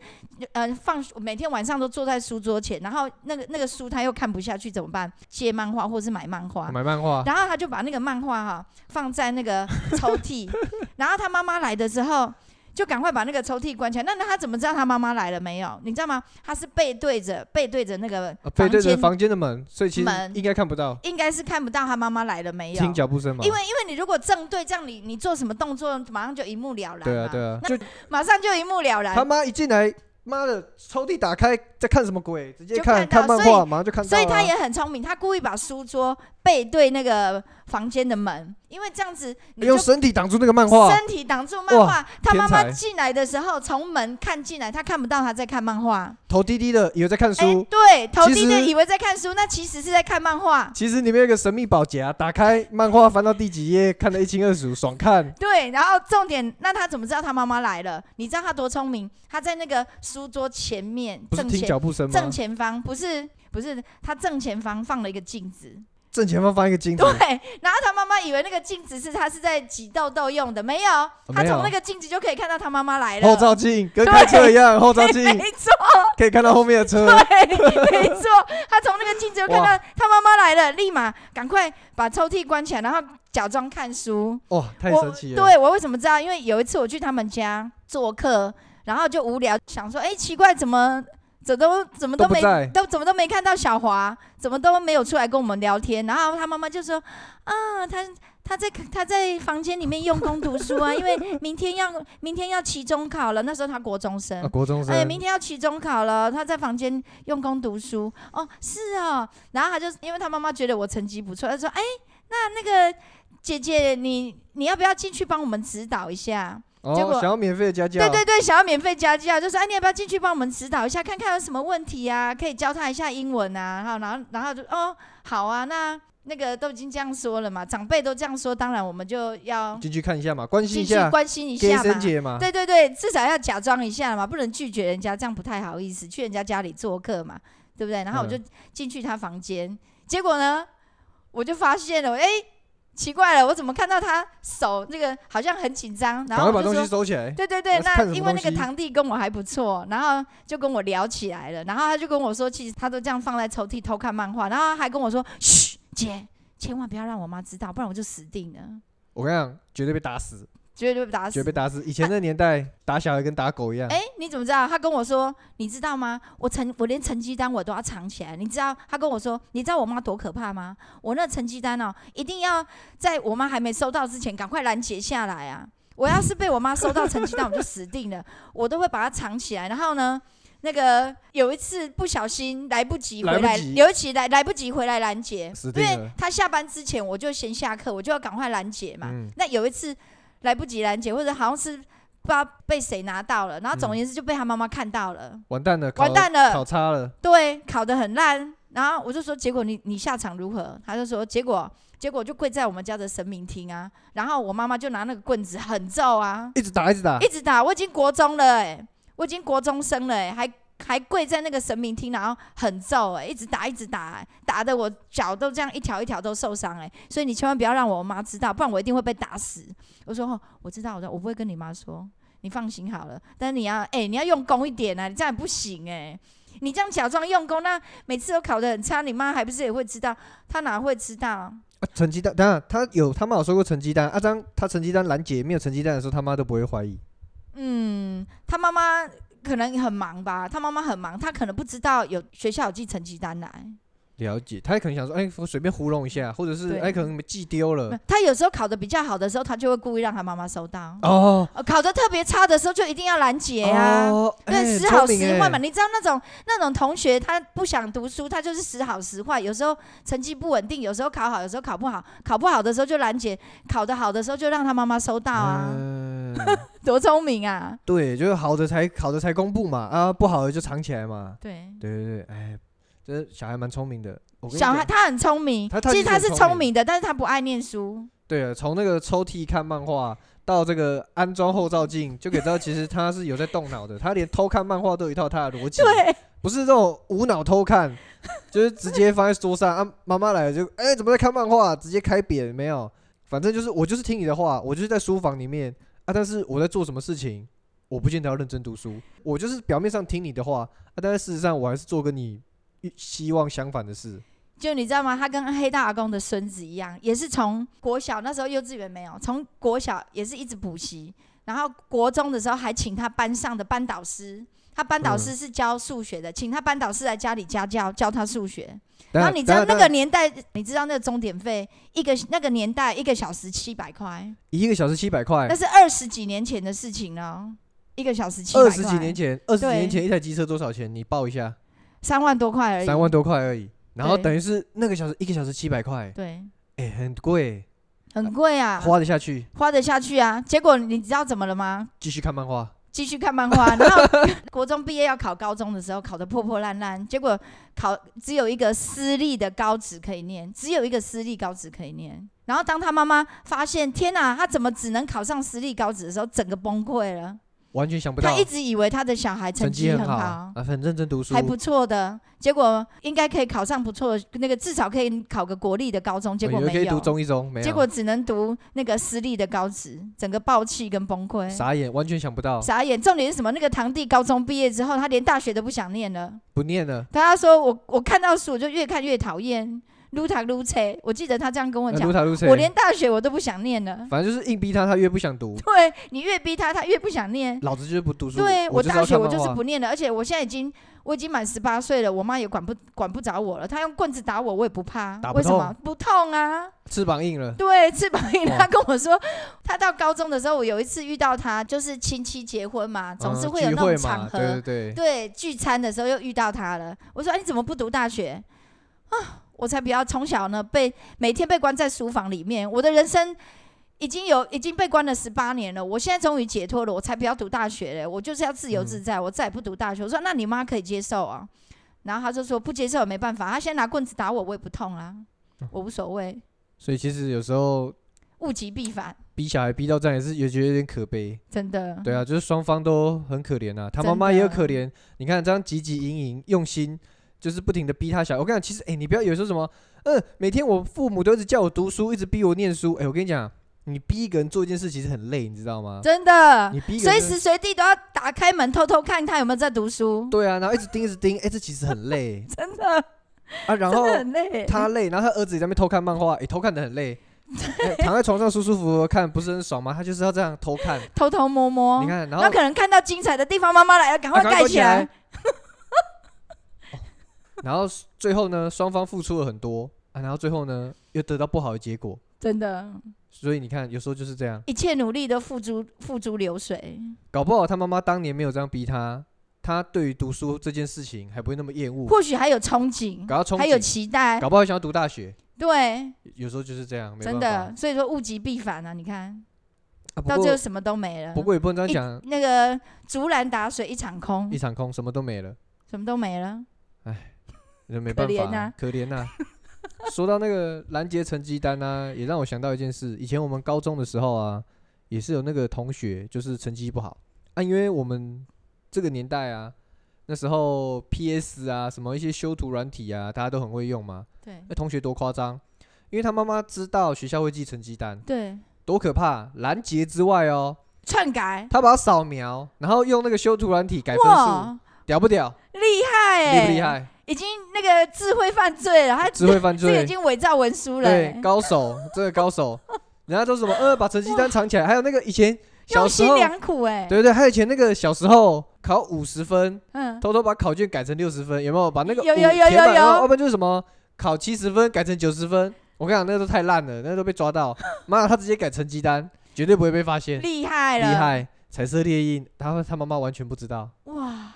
[SPEAKER 2] 呃，放每天晚上都坐在书桌前，然后那个那个书他又看不下去，怎么办？借漫画或是买漫 画，
[SPEAKER 1] 买漫 画，
[SPEAKER 2] 然后他就把那个漫画哈、放在那个抽屉，然后他妈妈来的时候就赶快把那个抽屉关起来。那那他怎么知道他妈妈来了没有？你知道吗？他是背对着背对着那个
[SPEAKER 1] 啊，背
[SPEAKER 2] 房
[SPEAKER 1] 对着
[SPEAKER 2] 间，
[SPEAKER 1] 房间的门，所以其实
[SPEAKER 2] 门
[SPEAKER 1] 应该看不到，
[SPEAKER 2] 应该是看不到他妈妈来了没有。
[SPEAKER 1] 听脚步声嘛。
[SPEAKER 2] 因为因为你如果正对，这样你你做什么动作，马上就一目了然。
[SPEAKER 1] 对啊对啊，就
[SPEAKER 2] 马上就一目了然。
[SPEAKER 1] 他妈一进来，妈的，抽屉打开在看什么鬼？直接
[SPEAKER 2] 就
[SPEAKER 1] 看
[SPEAKER 2] 看到
[SPEAKER 1] 漫
[SPEAKER 2] 所
[SPEAKER 1] 画，马上就看到啊
[SPEAKER 2] 所
[SPEAKER 1] 啦。
[SPEAKER 2] 以他也很聪明，他故意把书桌背对那个房间的门，因为这样子你就
[SPEAKER 1] 用身体挡住那个漫画，
[SPEAKER 2] 身体挡住漫画。他
[SPEAKER 1] 天
[SPEAKER 2] 妈
[SPEAKER 1] 才
[SPEAKER 2] 妈进来的时候，从门看进来，他看不到他在看漫画。
[SPEAKER 1] 头低低的，以为在看
[SPEAKER 2] 哎、
[SPEAKER 1] 书。
[SPEAKER 2] 对，头
[SPEAKER 1] 其
[SPEAKER 2] 低的
[SPEAKER 1] 实
[SPEAKER 2] 以为在看书，那其实是在看漫画。
[SPEAKER 1] 其实里面有个神秘宝夹，打开漫画翻到第几页，看得一清二楚，爽看。
[SPEAKER 2] 对，然后重点，那他怎么知道他妈妈来了？你知道他多聪明？他在那个书桌前面
[SPEAKER 1] 不是
[SPEAKER 2] 正
[SPEAKER 1] 听
[SPEAKER 2] 前
[SPEAKER 1] 脚步声吗
[SPEAKER 2] 正？前方，不是不是，他正前方放了一个镜子。
[SPEAKER 1] 正前方放一个镜子
[SPEAKER 2] 对，，然后他妈妈以为那个镜子是他是在挤痘痘用的，没有，
[SPEAKER 1] 哦
[SPEAKER 2] 他
[SPEAKER 1] 没有
[SPEAKER 2] 从那个镜子就可以看到他妈妈来了。
[SPEAKER 1] 后照镜跟开车一样，后照镜
[SPEAKER 2] 没错，
[SPEAKER 1] 可以看到后面的车。
[SPEAKER 2] 对，没错，他从那个镜子就看
[SPEAKER 1] 哇
[SPEAKER 2] 到他妈妈来了，立马赶快把抽屉关起来，然后假装看书。
[SPEAKER 1] 哇，太
[SPEAKER 2] 我
[SPEAKER 1] 神奇了！
[SPEAKER 2] 对我为什么知道？因为有一次我去他们家做客，然后就无聊，想说，哎，奇怪，怎么？怎都怎么
[SPEAKER 1] 都
[SPEAKER 2] 都
[SPEAKER 1] 不
[SPEAKER 2] 没
[SPEAKER 1] 在
[SPEAKER 2] 都怎么都没看到小华，怎么都没有出来跟我们聊天。然后他妈妈就说：“啊，他他在他在房间里面用功读书啊，因为明天要明天要期中考了。那时候他国中生，
[SPEAKER 1] 啊，国中生
[SPEAKER 2] 哎、，明天要期中考了，他在房间用功读书。哦，是哦。然后他就因为他妈妈觉得我成绩不错，他说：“哎、那那个姐姐，你你要不要进去帮我们指导一下？”
[SPEAKER 1] 哦，
[SPEAKER 2] 结果
[SPEAKER 1] 想要免费的家教，
[SPEAKER 2] 对对对，想要免费家教，就说：“哎、你要不要进去帮我们指导一下，看看有什么问题啊？可以教他一下英文啊。”然后然后然后就哦，好啊，那那个都已经这样说了嘛，长辈都这样说，当然我们就要
[SPEAKER 1] 进去看一下嘛，关心
[SPEAKER 2] 哦进
[SPEAKER 1] 一
[SPEAKER 2] 去
[SPEAKER 1] 下，
[SPEAKER 2] 关心一
[SPEAKER 1] 给
[SPEAKER 2] 下嘛
[SPEAKER 1] 生。姐嘛。
[SPEAKER 2] 对对对，至少要假装一下嘛，不能拒绝人家，这样不太好意思。去人家家里做客嘛，对不对？然后我就进去他房间，结果呢，我就发现了，哎，奇怪了，我怎么看到他手那个好像很紧张，
[SPEAKER 1] 赶
[SPEAKER 2] 然后
[SPEAKER 1] 快
[SPEAKER 2] 我
[SPEAKER 1] 把
[SPEAKER 2] 就
[SPEAKER 1] 东
[SPEAKER 2] 说
[SPEAKER 1] 西收起来。
[SPEAKER 2] 对对
[SPEAKER 1] 呃
[SPEAKER 2] 对，
[SPEAKER 1] 是看什
[SPEAKER 2] 那
[SPEAKER 1] 么
[SPEAKER 2] 因为那
[SPEAKER 1] 东
[SPEAKER 2] 个
[SPEAKER 1] 西
[SPEAKER 2] 堂弟跟我还不错，然后就跟我聊起来了，然后他就跟我说，其实他都这样放在抽屉偷看漫画，然后他还跟我说，嘘，姐，千万不要让我妈知道，不然我就死定了，
[SPEAKER 1] 我跟你讲，绝对被打死，
[SPEAKER 2] 绝对被打
[SPEAKER 1] 绝
[SPEAKER 2] 死
[SPEAKER 1] 对被。打死。以前那年 代，打小孩跟打狗一样。
[SPEAKER 2] 哎、你怎么知道？他跟我说，你知道吗？我成我连成绩单我都要藏起来。你知道？他跟我说，你知道我妈多可怕吗？我那成绩单哦，一定要在我妈还没收到之前，赶快拦截下来啊！我要是被我妈收到成绩单，我就死定了。 我都会把它藏起来。然后呢，那个有一次不小心来不及回
[SPEAKER 1] 来
[SPEAKER 2] 来，
[SPEAKER 1] 不及
[SPEAKER 2] 尤其来来不及回来拦截，
[SPEAKER 1] 死
[SPEAKER 2] 因
[SPEAKER 1] 定了
[SPEAKER 2] 为他下班之前我就先下课，我就要赶快拦截嘛。
[SPEAKER 1] 嗯
[SPEAKER 2] 那有一次来不及拦截，或者好像是不知道被谁拿到了，然后总而言之就被他妈妈看到了，
[SPEAKER 1] 完蛋了，
[SPEAKER 2] 完蛋了
[SPEAKER 1] 嗯考差了，
[SPEAKER 2] 对，考得很烂。然后我就说，结果你你下场如何？他就说，结果结果就跪在我们家的神明厅啊，然后我妈妈就拿那个棍子狠揍啊，
[SPEAKER 1] 一直打，一直打
[SPEAKER 2] 一，直打。我已经国中了、欸，我已经国中生了、欸，还还跪在那个神明厅，然后很揍、欸，一直打，一直打、打的我脚都这样一条一条都受伤，哎，所以你千万不要让我妈知道，不然我一定会被打死。我说，哦、我知道，我知道，我不会跟你妈说，你放心好了。但是你要，哎、你要用功一点啊，你这样也不行、哎。你这样假装用功，那每次都考得很差，你妈还不是也会知道？她哪会知道？
[SPEAKER 1] 啊成绩单，等下他有他妈有收过成绩单，阿张他成绩单拦截没有成绩单的时候，他妈都不会怀疑，
[SPEAKER 2] 嗯，他妈妈可能很忙吧，他妈妈很忙，他可能不知道有学校有寄成绩单来。
[SPEAKER 1] 了解，他也可能想说，哎，我随便糊弄一下，或者是
[SPEAKER 2] 对嗯
[SPEAKER 1] 哎可能寄丢了，
[SPEAKER 2] 他有时候考得比较好的时候，他就会故意让他妈妈收到；
[SPEAKER 1] 哦，
[SPEAKER 2] 呃考得特别差的时候，就一定要拦截啊。
[SPEAKER 1] 哦，
[SPEAKER 2] 对，
[SPEAKER 1] 哎
[SPEAKER 2] 时好
[SPEAKER 1] 聪明
[SPEAKER 2] 时坏嘛。
[SPEAKER 1] 哎
[SPEAKER 2] 你知道那种那种同学，他不想读书，他就是时好时坏。有时候成绩不稳定，有时候考好，有时候考不好。考不好的时候就拦截，考得好的时候就让他妈妈收到啊，
[SPEAKER 1] 嗯
[SPEAKER 2] 多聪明啊！
[SPEAKER 1] 对，就是好的才好的才公布嘛，啊，不好的就藏起来嘛。
[SPEAKER 2] 对，
[SPEAKER 1] 对对对，哎，这小孩蛮聪明的。我跟你
[SPEAKER 2] 小孩
[SPEAKER 1] 讲
[SPEAKER 2] 他很聪明，
[SPEAKER 1] 他他
[SPEAKER 2] 其
[SPEAKER 1] 其
[SPEAKER 2] 实
[SPEAKER 1] 实
[SPEAKER 2] 他
[SPEAKER 1] 很
[SPEAKER 2] 是
[SPEAKER 1] 聪
[SPEAKER 2] 聪
[SPEAKER 1] 明
[SPEAKER 2] 明的，但是他不爱念书。
[SPEAKER 1] 对啊，从那个抽屉看漫画到这个安装后照镜，就可以知道其实他是有在动脑的。他连偷看漫画都有一套他的逻辑，
[SPEAKER 2] 对，
[SPEAKER 1] 不是这种无脑偷看，就是直接放在桌上啊，妈妈来了就哎、怎么在看漫画，直接开扁没有？反正就是我就是听你的话，我就是在书房里面啊，但是我在做什么事情，我不见得要认真读书，我就是表面上听你的话啊，但是事实上我还是做跟你预希望相反的事。
[SPEAKER 2] 就你知道吗？他跟黑大阿公的孙子一样，也是从国小那时候幼稚园没有，从国小也是一直补习，然后国中的时候还请他班上的班导师，他班导
[SPEAKER 1] 嗯
[SPEAKER 2] 师是教数学的，请他班导师来家里家教教他数学。然后你知道那
[SPEAKER 1] 等下
[SPEAKER 2] 个年代，你知道那个钟点费一个那个年代一个小时七百块，
[SPEAKER 1] 一个小时七百块
[SPEAKER 2] 那，是二十几年前的事情了，一个小时七百
[SPEAKER 1] 二
[SPEAKER 2] 块，
[SPEAKER 1] 十几年前，二十几
[SPEAKER 2] 对
[SPEAKER 1] 年前一台机车多少钱？你报一下，
[SPEAKER 2] 三万多块而已，
[SPEAKER 1] 三万多块而已。然后
[SPEAKER 2] 对
[SPEAKER 1] 等于是那个小时一个小时七百块，
[SPEAKER 2] 对，
[SPEAKER 1] 哎、很贵，
[SPEAKER 2] 很贵啊，
[SPEAKER 1] 花得下去。
[SPEAKER 2] 花得下去啊。结果你知道怎么了吗？
[SPEAKER 1] 继续看漫画，
[SPEAKER 2] 继续看漫 画，然后国中毕业要考高中的时候，考得破破烂烂，结果考只有一个私立的高职可以念，只有一个私立高职可以念。然后当他妈妈发现，天哪，他怎么只能考上私立高职的时候，整个崩溃了。
[SPEAKER 1] 完全想不
[SPEAKER 2] 他
[SPEAKER 1] 到
[SPEAKER 2] 啊一。直以为他的小孩
[SPEAKER 1] 成
[SPEAKER 2] 绩
[SPEAKER 1] 很
[SPEAKER 2] 很
[SPEAKER 1] 啊，很认真读书
[SPEAKER 2] 还，不错的，结果应该可以考上不错的那个，至少可以考个国立的高中，结果
[SPEAKER 1] 哦以为
[SPEAKER 2] 没
[SPEAKER 1] 可以读
[SPEAKER 2] 有，
[SPEAKER 1] 中一中，没有，
[SPEAKER 2] 结果只能读那个私立的高职，整个暴气跟崩溃。
[SPEAKER 1] 傻眼，完全想不到，
[SPEAKER 2] 傻眼。重点嗯是什么？那个堂弟高中毕业之后，他连大学都不想念了。
[SPEAKER 1] 不念了。
[SPEAKER 2] 他说我我看到书我就越看越讨厌，撸塔撸车。我记得他这样跟我
[SPEAKER 1] 呃
[SPEAKER 2] 讲
[SPEAKER 1] 撸，塔撸谁？
[SPEAKER 2] 我连大学我都不想念了。
[SPEAKER 1] 反正就是硬逼他，他越不想读，
[SPEAKER 2] 对你越逼他，他越不想念。
[SPEAKER 1] 老子就是不读书。
[SPEAKER 2] 对
[SPEAKER 1] 我
[SPEAKER 2] 大学我就
[SPEAKER 1] 要看
[SPEAKER 2] 是是
[SPEAKER 1] 漫画
[SPEAKER 2] 不念了，而且我现在已经我已经满十八岁了，我妈也管不管不着我了。她用棍子打我，我也不怕，
[SPEAKER 1] 打不
[SPEAKER 2] 为什么不痛啊？
[SPEAKER 1] 翅膀硬了，
[SPEAKER 2] 对，翅膀硬了。
[SPEAKER 1] 哇
[SPEAKER 2] 他跟我说，他到高中的时候，我有一次遇到他，就是亲戚结婚嘛，总
[SPEAKER 1] 嗯
[SPEAKER 2] 是会有
[SPEAKER 1] 聚
[SPEAKER 2] 那种
[SPEAKER 1] 会
[SPEAKER 2] 场
[SPEAKER 1] 嘛，
[SPEAKER 2] 合，
[SPEAKER 1] 对对对，
[SPEAKER 2] 对，聚餐的时候又遇到他了。我说：“哎，你怎么不读大学？”啊，我才不要！从小呢，被每天被关在书房里面，我的人生已经有已经被关了十八年了。我现在终于解脱了，我才不要读大学嘞！我就是要自由自在，我再也不读大学。我说：“那你妈可以接受啊？”然后他就说：“不接受也没办法，他先拿棍子打我，我也不痛啊，我无所谓，
[SPEAKER 1] 所以其实有时候
[SPEAKER 2] 物极必反，
[SPEAKER 1] 逼小孩逼到这样也是也觉得有点可悲。
[SPEAKER 2] 真的。”
[SPEAKER 1] 对啊，就是双方都很可怜啊，他
[SPEAKER 2] 嗯真
[SPEAKER 1] 妈妈也有
[SPEAKER 2] 的
[SPEAKER 1] 可怜。你看这样汲汲营营，用心就是不停的逼他小孩。我跟你讲，其实哎、你不要有时候什么，嗯，每天我父母都一直叫我读书，一直逼我念书。哎、我跟你讲，你逼一个人做一件事其实很累，你知道吗？
[SPEAKER 2] 真的
[SPEAKER 1] 你，逼一个
[SPEAKER 2] 随
[SPEAKER 1] 人
[SPEAKER 2] 时随地都要打开门偷偷看他有没有在读书，
[SPEAKER 1] 对啊，然后一直盯一直盯，哎、这其实很 累
[SPEAKER 2] 真的，
[SPEAKER 1] 啊。然
[SPEAKER 2] 真
[SPEAKER 1] 后
[SPEAKER 2] 的很累。
[SPEAKER 1] 他累，然后他儿子也在那边偷看漫画，也、偷看的很 累。哎躺在床上舒舒服服地看，不是很爽吗？他就是要这样偷看。
[SPEAKER 2] 偷偷摸摸，
[SPEAKER 1] 你看，然后
[SPEAKER 2] 哦那可能看到精彩的地方，妈妈来了，赶
[SPEAKER 1] 啊
[SPEAKER 2] 快盖起来。。
[SPEAKER 1] 关哦 然后最后呢，双方付出了很多啊，然后最后呢又得到不好的结果，
[SPEAKER 2] 真的，
[SPEAKER 1] 所以你看，有时候就是这样，
[SPEAKER 2] 一切努力都付诸付诸流水。
[SPEAKER 1] 搞不好他妈妈当年没有这样逼他，他对于读书这件事情还不会那么厌恶，
[SPEAKER 2] 或许还有憧憬，
[SPEAKER 1] 搞到憧憬
[SPEAKER 2] 还有期待，
[SPEAKER 1] 搞不好想要读大学，
[SPEAKER 2] 对，
[SPEAKER 1] 有时候就是这样，没
[SPEAKER 2] 真
[SPEAKER 1] 办法
[SPEAKER 2] 的。所以说物极必反啊！你看，
[SPEAKER 1] 啊，不
[SPEAKER 2] 到最
[SPEAKER 1] 过
[SPEAKER 2] 后什么都没了
[SPEAKER 1] 不。过也不能
[SPEAKER 2] 一嗯
[SPEAKER 1] 这样
[SPEAKER 2] 那个竹篮打水一场空
[SPEAKER 1] 讲，一，场空，什么都没了，
[SPEAKER 2] 什么都没了。
[SPEAKER 1] 那没
[SPEAKER 2] 可
[SPEAKER 1] 办法
[SPEAKER 2] 怜
[SPEAKER 1] 啊
[SPEAKER 2] 啊，
[SPEAKER 1] 可怜呐。说到那个拦截成绩单啊，也让我想到一件事，以前我们高中的时候啊，也是有那个同学就是成绩不好啊，因为我们这个年代啊，那时候 PS 啊，什么一些修图软体啊，大家都很会用嘛。
[SPEAKER 2] 对
[SPEAKER 1] 那同学多夸张，因为他妈妈知道学校会寄成绩单，
[SPEAKER 2] 对，
[SPEAKER 1] 多可怕！拦截之外哦，
[SPEAKER 2] 篡改，
[SPEAKER 1] 他把它扫描，然后用那个修图软体改分数，
[SPEAKER 2] 哇，
[SPEAKER 1] 屌不屌？
[SPEAKER 2] 厉害
[SPEAKER 1] 厉
[SPEAKER 2] 哎，
[SPEAKER 1] 不厉？害？
[SPEAKER 2] 已经那个智慧犯罪了，他
[SPEAKER 1] 智慧犯
[SPEAKER 2] 这个已
[SPEAKER 1] 罪，
[SPEAKER 2] 经伪造文书了
[SPEAKER 1] 对
[SPEAKER 2] 欸，
[SPEAKER 1] 高 手，这个高手，人家都什么呃，把成绩单藏起来，还有那个以前小
[SPEAKER 2] 用
[SPEAKER 1] 时
[SPEAKER 2] 心
[SPEAKER 1] 候，
[SPEAKER 2] 良苦哎。
[SPEAKER 1] 对对，还有以前那个小时候考五十分，
[SPEAKER 2] 嗯，
[SPEAKER 1] 偷偷把考卷改成六十分，有没有？把那个
[SPEAKER 2] 有
[SPEAKER 1] 五
[SPEAKER 2] 有有有
[SPEAKER 1] 填满然后哦
[SPEAKER 2] 有
[SPEAKER 1] 要不然就是什么考七十分改成九十分，我跟你讲，那个都太烂了，那个都被抓 到，妈的，他直接改成绩单，绝对不会被发现，厉
[SPEAKER 2] 厉害了，
[SPEAKER 1] 害，彩色猎印，他他妈妈完全不知道，
[SPEAKER 2] 哇！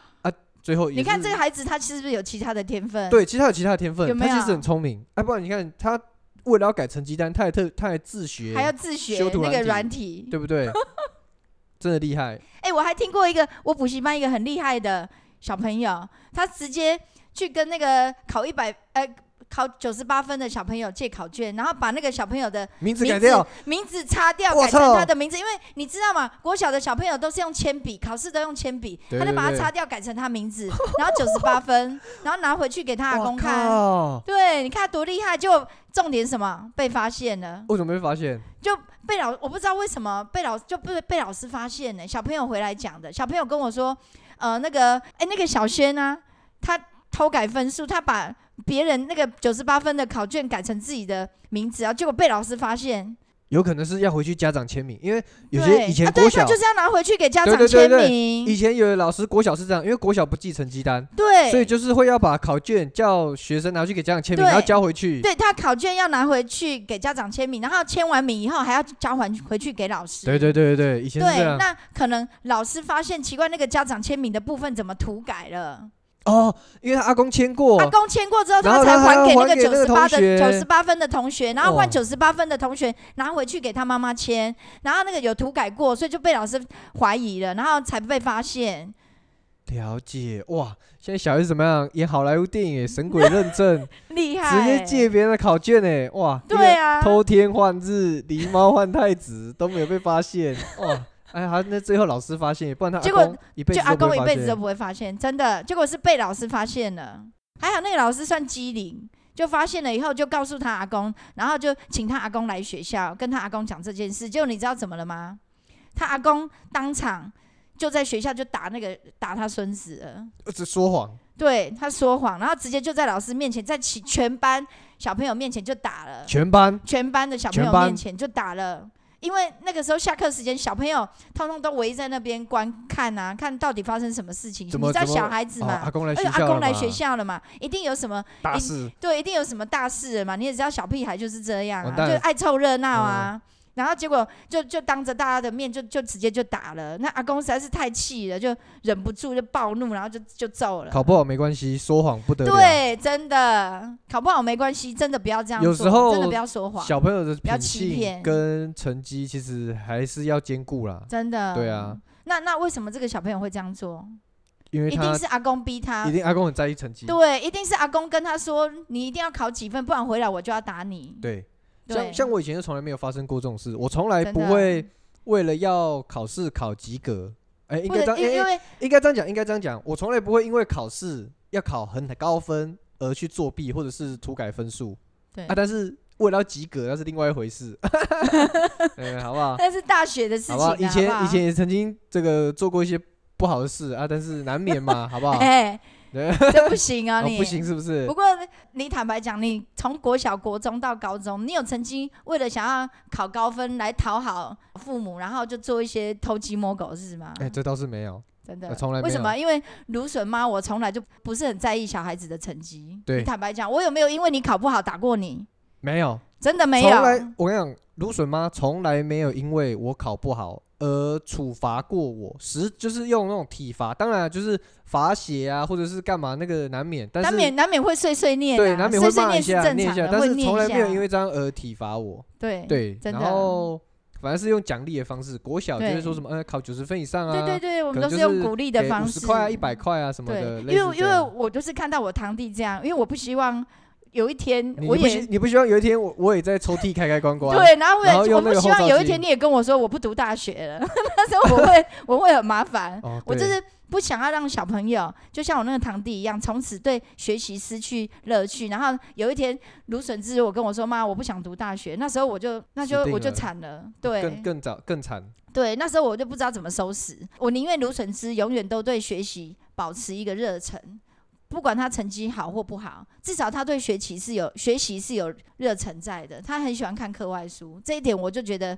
[SPEAKER 1] 最后也
[SPEAKER 2] 你看
[SPEAKER 1] 是
[SPEAKER 2] 这个孩子，他是不是有其他的天分？
[SPEAKER 1] 对，其实他有其他的天分，
[SPEAKER 2] 有
[SPEAKER 1] 他
[SPEAKER 2] 没
[SPEAKER 1] 其实
[SPEAKER 2] 有
[SPEAKER 1] 很聪明，哎，不然你看他为了要改成绩单，他还特他还自学，
[SPEAKER 2] 还要自学
[SPEAKER 1] 修图
[SPEAKER 2] 那个
[SPEAKER 1] 软
[SPEAKER 2] 软体。
[SPEAKER 1] 对不 对？真的厉害，
[SPEAKER 2] 哎、我还听过一个我补习班一个很厉害的小朋友，他直接去跟那个考一百呃考九十八分的小朋友借考卷，然后把那个小朋友的
[SPEAKER 1] 名字改
[SPEAKER 2] 名字
[SPEAKER 1] 掉，
[SPEAKER 2] 名字擦掉，
[SPEAKER 1] 我
[SPEAKER 2] 改成
[SPEAKER 1] 操
[SPEAKER 2] 他的名字，因为你知道吗？国小的小朋友都是用铅笔，考试都用铅笔，
[SPEAKER 1] 对
[SPEAKER 2] 他就把它
[SPEAKER 1] 对对
[SPEAKER 2] 擦掉，改成他名字，然后九十八 分，然后拿回去给他阿
[SPEAKER 1] 哇
[SPEAKER 2] 公看。
[SPEAKER 1] 靠！
[SPEAKER 2] 对，你看多厉害！就重点什么被发现了。
[SPEAKER 1] 为什么被发现？
[SPEAKER 2] 就被老我不知道为什么被老就被被老师发现呢、小朋友回来讲的，小朋友跟我说，呃，那个哎、那个小轩啊，他偷改分数，他把别人那个九十八分的考卷改成自己的名字啊，结果被老师发现。
[SPEAKER 1] 有可能是要回去家长签名，因为有些
[SPEAKER 2] 对
[SPEAKER 1] 以前
[SPEAKER 2] 啊、
[SPEAKER 1] 国
[SPEAKER 2] 对
[SPEAKER 1] 小
[SPEAKER 2] 他，就是要拿回去给家
[SPEAKER 1] 对
[SPEAKER 2] 长
[SPEAKER 1] 对对
[SPEAKER 2] 签
[SPEAKER 1] 对
[SPEAKER 2] 名。
[SPEAKER 1] 以前有的老师国小是这样，因为国小不记成绩单，
[SPEAKER 2] 对
[SPEAKER 1] 所以就是会要把考卷叫学生拿去给家长签名，
[SPEAKER 2] 对
[SPEAKER 1] 然后交回去。
[SPEAKER 2] 对他考卷要拿回去给家长签名，然后签完名以后还要交还回去给老师。
[SPEAKER 1] 对对对对对，以前是这
[SPEAKER 2] 对，
[SPEAKER 1] 样。
[SPEAKER 2] 那可能老师发现奇怪，那个家长签名的部分怎么涂改了？
[SPEAKER 1] 哦，因为他阿公签过
[SPEAKER 2] 阿，公签过之后，
[SPEAKER 1] 哦然后
[SPEAKER 2] 他才
[SPEAKER 1] 他还要
[SPEAKER 2] 还给那
[SPEAKER 1] 还
[SPEAKER 2] 个
[SPEAKER 1] 给
[SPEAKER 2] 九
[SPEAKER 1] 那个
[SPEAKER 2] 十八
[SPEAKER 1] 同学哦
[SPEAKER 2] 的九十八分的同学，然后
[SPEAKER 1] 哇
[SPEAKER 2] 换九十八分的同学拿回去给他妈妈签，然后那个有涂改过，所以就被老师怀疑了，然后才被发现。
[SPEAKER 1] 了解哇。现在小孩子怎么样？演好莱坞电影，神 鬼认证，
[SPEAKER 2] 厉害、
[SPEAKER 1] 直接借别人的考卷哎，哇！一个
[SPEAKER 2] 对啊
[SPEAKER 1] 偷天换日，狸猫换太子都没有被发现， 哇！哎，他那最后老师发现，不然他
[SPEAKER 2] 结
[SPEAKER 1] 阿
[SPEAKER 2] 果
[SPEAKER 1] 公一辈
[SPEAKER 2] 就
[SPEAKER 1] 子
[SPEAKER 2] 阿
[SPEAKER 1] 都不
[SPEAKER 2] 公
[SPEAKER 1] 会
[SPEAKER 2] 一
[SPEAKER 1] 发
[SPEAKER 2] 辈子都
[SPEAKER 1] 现。
[SPEAKER 2] 不会发现，真的。结果是被老师发现了，还好那个老师算机灵，就发现了以后就告诉他阿公，然后就请他阿公来学校跟他阿公讲这件事。结果你知道怎么了吗？他阿公当场就在学校就打那个打他孙子了。
[SPEAKER 1] 呃只说谎，
[SPEAKER 2] 对他说谎，然后直接就在老师面前，在其全班小朋友面前就打了，
[SPEAKER 1] 全班
[SPEAKER 2] 全班的小朋
[SPEAKER 1] 全
[SPEAKER 2] 友
[SPEAKER 1] 班
[SPEAKER 2] 面前就打了。因为那个时候下课时间，小朋友通通都围在那边观看啊，看到底发生什么事情。你
[SPEAKER 1] 怎么
[SPEAKER 2] 知道
[SPEAKER 1] 怎么
[SPEAKER 2] 小孩子
[SPEAKER 1] 哦阿
[SPEAKER 2] 嘛，
[SPEAKER 1] 公来
[SPEAKER 2] 而
[SPEAKER 1] 学
[SPEAKER 2] 且
[SPEAKER 1] 校
[SPEAKER 2] 阿
[SPEAKER 1] 了
[SPEAKER 2] 公来
[SPEAKER 1] 嘛
[SPEAKER 2] 学校了嘛，一定有什么
[SPEAKER 1] 大
[SPEAKER 2] 一
[SPEAKER 1] 事，
[SPEAKER 2] 对，一定有什么大事了嘛。你也知道，小屁孩就是这样
[SPEAKER 1] 完
[SPEAKER 2] 啊，
[SPEAKER 1] 蛋嗯
[SPEAKER 2] 就爱凑热闹啊。然后结果就就当着大家的面就就直接就打了。那阿公实在是太气了，就忍不住就暴怒，然后就就揍了。
[SPEAKER 1] 考不好没关系，说谎不得了。
[SPEAKER 2] 嗯对，真的考不好没关系，真的不要这样做，
[SPEAKER 1] 有时候
[SPEAKER 2] 真的不要说谎，
[SPEAKER 1] 小朋友的
[SPEAKER 2] 不要
[SPEAKER 1] 品
[SPEAKER 2] 欺
[SPEAKER 1] 性
[SPEAKER 2] 骗
[SPEAKER 1] 跟成绩其实还是要兼顾啦，
[SPEAKER 2] 真的。
[SPEAKER 1] 对啊，
[SPEAKER 2] 那那为什么这个小朋友会这样做？
[SPEAKER 1] 因为
[SPEAKER 2] 一
[SPEAKER 1] 他
[SPEAKER 2] 定是阿公逼他
[SPEAKER 1] 一，定阿公很在意成绩。
[SPEAKER 2] 对，一定是阿公跟他说，你一定要考几分，不然回来我就要打你。
[SPEAKER 1] 对，
[SPEAKER 2] 对
[SPEAKER 1] 像像我以前就从来没有发生过这种事，我从来
[SPEAKER 2] 真
[SPEAKER 1] 不
[SPEAKER 2] 的啊
[SPEAKER 1] 会为了要考试考及格，哎，应
[SPEAKER 2] 或
[SPEAKER 1] 该这
[SPEAKER 2] 者
[SPEAKER 1] 样，哎
[SPEAKER 2] 因因为
[SPEAKER 1] 应该这样讲，应该这样讲，我从来不会因为考试要考很高分而去作弊或者是涂改分数
[SPEAKER 2] 对
[SPEAKER 1] 啊，但是为了要及格那是另外一回事， 嗯，好不 好？
[SPEAKER 2] 那是大学的事情
[SPEAKER 1] 好
[SPEAKER 2] 啊，
[SPEAKER 1] 不好？以前
[SPEAKER 2] 好不好
[SPEAKER 1] 以前也曾经这个做过一些不好的事啊，但是难免嘛，好不 好？
[SPEAKER 2] 哎，
[SPEAKER 1] 对
[SPEAKER 2] 这不行啊，
[SPEAKER 1] 啊
[SPEAKER 2] 你
[SPEAKER 1] 不行。是不是
[SPEAKER 2] 不？过你坦白讲，你从国小、国中到高中，你有曾经为了想要考高分来讨好父母，然后就做一些偷鸡摸狗的事吗？
[SPEAKER 1] 哎，这倒是没有，
[SPEAKER 2] 真的
[SPEAKER 1] 呃，从来没
[SPEAKER 2] 为什
[SPEAKER 1] 有
[SPEAKER 2] 么？因为芦笋妈，我从来就不是很在意小孩子的成绩。
[SPEAKER 1] 对
[SPEAKER 2] 你坦白讲，我有没有因为你考不好打过你？
[SPEAKER 1] 没有，
[SPEAKER 2] 真的没
[SPEAKER 1] 从
[SPEAKER 2] 有。
[SPEAKER 1] 来我跟你讲，芦笋妈从来没有因为我考不好而处罚过我，实就是用那种体罚，当然啊就是罚写啊，或者是干嘛那个难免，但是
[SPEAKER 2] 难免难免会碎碎念、啊，
[SPEAKER 1] 对难免会
[SPEAKER 2] 碎碎
[SPEAKER 1] 骂一
[SPEAKER 2] 念是
[SPEAKER 1] 下，
[SPEAKER 2] 正
[SPEAKER 1] 念一
[SPEAKER 2] 常
[SPEAKER 1] 下，
[SPEAKER 2] 的，
[SPEAKER 1] 但
[SPEAKER 2] 会
[SPEAKER 1] 是
[SPEAKER 2] 念
[SPEAKER 1] 从
[SPEAKER 2] 一
[SPEAKER 1] 来
[SPEAKER 2] 下
[SPEAKER 1] 没有因为这样而体罚我。
[SPEAKER 2] 对
[SPEAKER 1] 对，
[SPEAKER 2] 真的啊
[SPEAKER 1] 然后反正是用奖励的方式。国小就
[SPEAKER 2] 对
[SPEAKER 1] 会说什么，呃，考九十分以上啊，
[SPEAKER 2] 对对对，我们
[SPEAKER 1] 可能
[SPEAKER 2] 都
[SPEAKER 1] 就是
[SPEAKER 2] 用鼓励的方
[SPEAKER 1] 五
[SPEAKER 2] 式，
[SPEAKER 1] 十块啊、一百块啊什么的，
[SPEAKER 2] 对，
[SPEAKER 1] 类
[SPEAKER 2] 因
[SPEAKER 1] 似
[SPEAKER 2] 为
[SPEAKER 1] 这
[SPEAKER 2] 因为
[SPEAKER 1] 样。
[SPEAKER 2] 我就是看到我堂弟这样，因为我不希望有一天
[SPEAKER 1] 你
[SPEAKER 2] 我
[SPEAKER 1] 你不
[SPEAKER 2] 也
[SPEAKER 1] 希你不希望有一天我我也在抽屉开开关关，
[SPEAKER 2] 对，然后我也
[SPEAKER 1] 然后
[SPEAKER 2] 我
[SPEAKER 1] 用那
[SPEAKER 2] 不
[SPEAKER 1] 个
[SPEAKER 2] 希
[SPEAKER 1] 后
[SPEAKER 2] 望
[SPEAKER 1] 照
[SPEAKER 2] 有一
[SPEAKER 1] 镜
[SPEAKER 2] 天你也跟我说我不读大学了， 但是我会我会很麻烦，
[SPEAKER 1] 哦，
[SPEAKER 2] 我就
[SPEAKER 1] 对
[SPEAKER 2] 是不想要让小朋友就像我那个堂弟一样，从此对学习失去乐趣。然后有一天芦笋汁，我跟我说妈，我不想读大学，那时候我就那就
[SPEAKER 1] 死定
[SPEAKER 2] 我就
[SPEAKER 1] 了
[SPEAKER 2] 惨了，
[SPEAKER 1] 更
[SPEAKER 2] 对
[SPEAKER 1] 更早更惨。
[SPEAKER 2] 对，那时候我就不知道怎么收拾，我宁愿芦笋汁永远都对学习保持一个热忱。不管他成绩好或不好，至少他对学习是有学习是有热忱在的。他很喜欢看课外书，这一点我就觉得，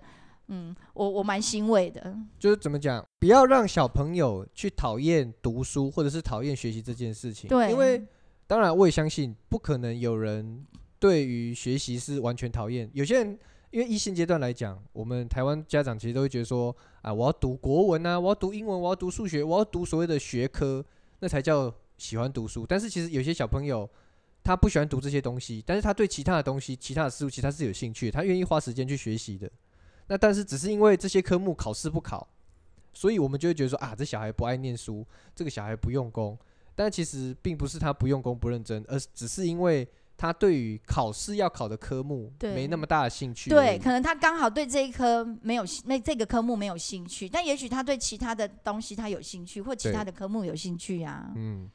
[SPEAKER 2] 嗯，我我蛮欣慰的。
[SPEAKER 1] 就是怎么讲，不要让小朋友去讨厌读书或者是讨厌学习这件事情。
[SPEAKER 2] 对
[SPEAKER 1] 因为当然我也相信，不可能有人对于学习是完全讨厌。有些人因为一性阶段来讲，我们台湾家长其实都会觉得说啊，我要读国文啊，我要读英文，我要读数学，我要读所谓的学科，那才叫喜欢读书。但是其实有些小朋友。他不喜欢读这些东西，但是他对其他的东西、其他的事物，其实他是有兴趣的，他愿意花时间去学习的。那但是只是因为这些科目考试不考，所以我们就会觉得说啊，这小孩不爱念书，这个小孩不用功。但其实并不是他不用功不认真，而是只是因为他对于考试要考的科目
[SPEAKER 2] 对
[SPEAKER 1] 没那么大的兴趣而
[SPEAKER 2] 对，
[SPEAKER 1] 已。
[SPEAKER 2] 可能他刚好对这一科没有兴那这个科目没有兴趣，但也许他对其他的东西他有兴趣，或其
[SPEAKER 1] 对
[SPEAKER 2] 他的科目有兴趣啊。
[SPEAKER 1] 嗯，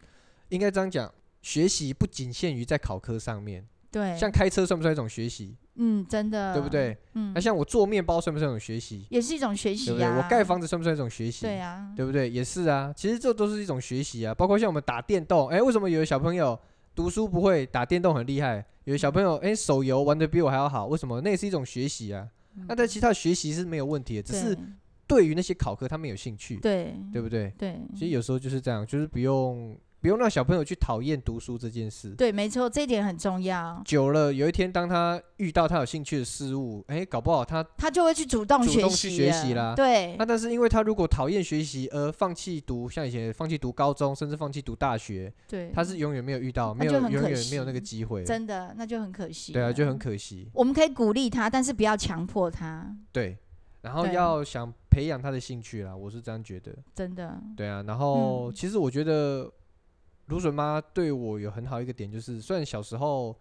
[SPEAKER 1] 应该这样讲，学习不仅限于在考科上面，
[SPEAKER 2] 对，
[SPEAKER 1] 像开车算不算一种学习，
[SPEAKER 2] 嗯，真的，
[SPEAKER 1] 对不？对？
[SPEAKER 2] 嗯
[SPEAKER 1] 那、，像我做面包算不算一种学习，
[SPEAKER 2] 也是一种学习
[SPEAKER 1] 对不对？
[SPEAKER 2] 啊。
[SPEAKER 1] 我盖房子算不算一种学习？
[SPEAKER 2] 对啊，
[SPEAKER 1] 对不对？也是啊，其实这都是一种学习啊，包括像我们打电动，哎，为什么有的小朋友读书不会，打电动很厉害？有的小朋友哎，手游玩的比我还要好，为什么？那也是一种学习啊。
[SPEAKER 2] 嗯
[SPEAKER 1] 那但其实他的学习是没有问题的，只是对于那些考科他们有兴趣，
[SPEAKER 2] 对嗯
[SPEAKER 1] 对不对？
[SPEAKER 2] 对
[SPEAKER 1] 其实有时候就是这样，就是不用不用让小朋友去讨厌读书这件事。
[SPEAKER 2] 对，没错，这一点很重要。
[SPEAKER 1] 久了，有一天当他遇到他有兴趣的事物，哎，搞不好他
[SPEAKER 2] 他就会去主动
[SPEAKER 1] 主
[SPEAKER 2] 学
[SPEAKER 1] 动
[SPEAKER 2] 习
[SPEAKER 1] 去学
[SPEAKER 2] 了
[SPEAKER 1] 习啦
[SPEAKER 2] 对
[SPEAKER 1] 那但是因为他如果讨厌学习而放弃读，像以前放弃读高中，甚至放弃读大学，
[SPEAKER 2] 对，
[SPEAKER 1] 他是永远没有遇到，没有
[SPEAKER 2] 就很
[SPEAKER 1] 永
[SPEAKER 2] 可
[SPEAKER 1] 远没有
[SPEAKER 2] 惜
[SPEAKER 1] 那个机会，
[SPEAKER 2] 真的，那就很可惜了。
[SPEAKER 1] 对啊，就很可惜，
[SPEAKER 2] 我们可以鼓励他，但是不要强迫他，
[SPEAKER 1] 对。然后
[SPEAKER 2] 对
[SPEAKER 1] 要想培养他的兴趣啦，我是这样觉得，
[SPEAKER 2] 真的。
[SPEAKER 1] 对啊。然后、
[SPEAKER 2] 嗯
[SPEAKER 1] 其实我觉得芦笋妈对我有很好一个点，就是虽然小时候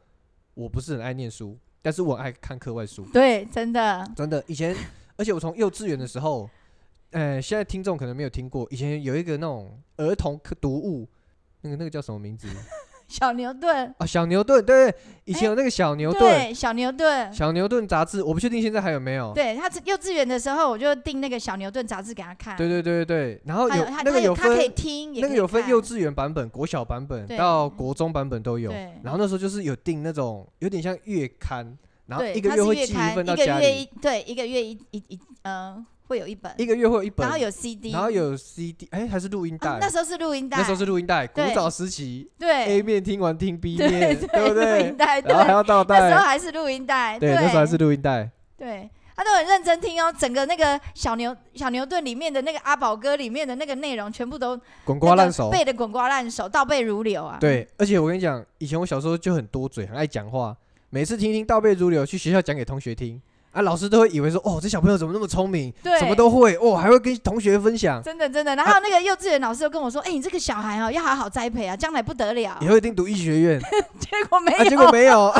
[SPEAKER 1] 我不是很爱念书，但是我很爱看课外书，
[SPEAKER 2] 对，真的，
[SPEAKER 1] 真的。以前，而且我从幼稚园的时候，呃，现在听众可能没有听过，以前有一个那种儿童课读物，那个那个叫什么名字？
[SPEAKER 2] 小牛顿，
[SPEAKER 1] 啊，小牛顿，对对，以前
[SPEAKER 2] 哎
[SPEAKER 1] 有那个小牛顿，
[SPEAKER 2] 对，小牛顿，
[SPEAKER 1] 小牛顿杂志，我不确定现在还有没有。
[SPEAKER 2] 对他是幼稚园的时候，我就订那个小牛顿杂志给他看。
[SPEAKER 1] 对对对对对然后
[SPEAKER 2] 他
[SPEAKER 1] 有
[SPEAKER 2] 他
[SPEAKER 1] 那
[SPEAKER 2] 他
[SPEAKER 1] 个有
[SPEAKER 2] 他可以
[SPEAKER 1] 分
[SPEAKER 2] 听，也
[SPEAKER 1] 那
[SPEAKER 2] 可
[SPEAKER 1] 个
[SPEAKER 2] 以
[SPEAKER 1] 有分
[SPEAKER 2] 看
[SPEAKER 1] 幼稚园版本、国小版本
[SPEAKER 2] 对
[SPEAKER 1] 到国中版本都有
[SPEAKER 2] 对。
[SPEAKER 1] 然后那时候就是有订那种有点像月刊，然后
[SPEAKER 2] 对
[SPEAKER 1] 一个
[SPEAKER 2] 它
[SPEAKER 1] 月
[SPEAKER 2] 是
[SPEAKER 1] 会
[SPEAKER 2] 月
[SPEAKER 1] 寄
[SPEAKER 2] 刊
[SPEAKER 1] 一份到
[SPEAKER 2] 一个
[SPEAKER 1] 家
[SPEAKER 2] 月
[SPEAKER 1] 里
[SPEAKER 2] 一，对，一个月一一一呃会有一本，
[SPEAKER 1] 一个月会有一本
[SPEAKER 2] 然后，有 CD，
[SPEAKER 1] 然后有 CD，哎，还是录音
[SPEAKER 2] 啊
[SPEAKER 1] 带
[SPEAKER 2] 那。时候是录音带，
[SPEAKER 1] 那时候是录音带，古
[SPEAKER 2] 对
[SPEAKER 1] 早时期
[SPEAKER 2] 对
[SPEAKER 1] A 面听完听 B
[SPEAKER 2] 对
[SPEAKER 1] 面，对不
[SPEAKER 2] 录音
[SPEAKER 1] 对？
[SPEAKER 2] 带，
[SPEAKER 1] 然后还
[SPEAKER 2] 对，
[SPEAKER 1] 要倒
[SPEAKER 2] 那时候
[SPEAKER 1] 带，
[SPEAKER 2] 还是录音带，
[SPEAKER 1] 对，那时候还是录音带。
[SPEAKER 2] 对，他都很认真听哦，整个那个小牛小牛顿里面的那个阿宝哥里面的那个内容，全部都
[SPEAKER 1] 滚
[SPEAKER 2] 那
[SPEAKER 1] 瓜
[SPEAKER 2] 个
[SPEAKER 1] 烂熟，
[SPEAKER 2] 背的滚瓜烂熟，倒背如流啊，
[SPEAKER 1] 对，而且我跟你讲，以前我小时候就很多嘴，很爱讲话，每次听听倒背如流，去学校讲给同学听啊，老师都会以为说，哦，这小朋友怎么那么聪明，
[SPEAKER 2] 对，
[SPEAKER 1] 什么都会，哦，还会跟同学分 享，
[SPEAKER 2] 真的真的。然后那个幼稚园老师又跟我说，哎，你这个小孩哦，要好好栽培啊，将来不得了
[SPEAKER 1] 以。后一定读医学 院
[SPEAKER 2] 结果没
[SPEAKER 1] 啊，结果
[SPEAKER 2] 有，
[SPEAKER 1] 没 有，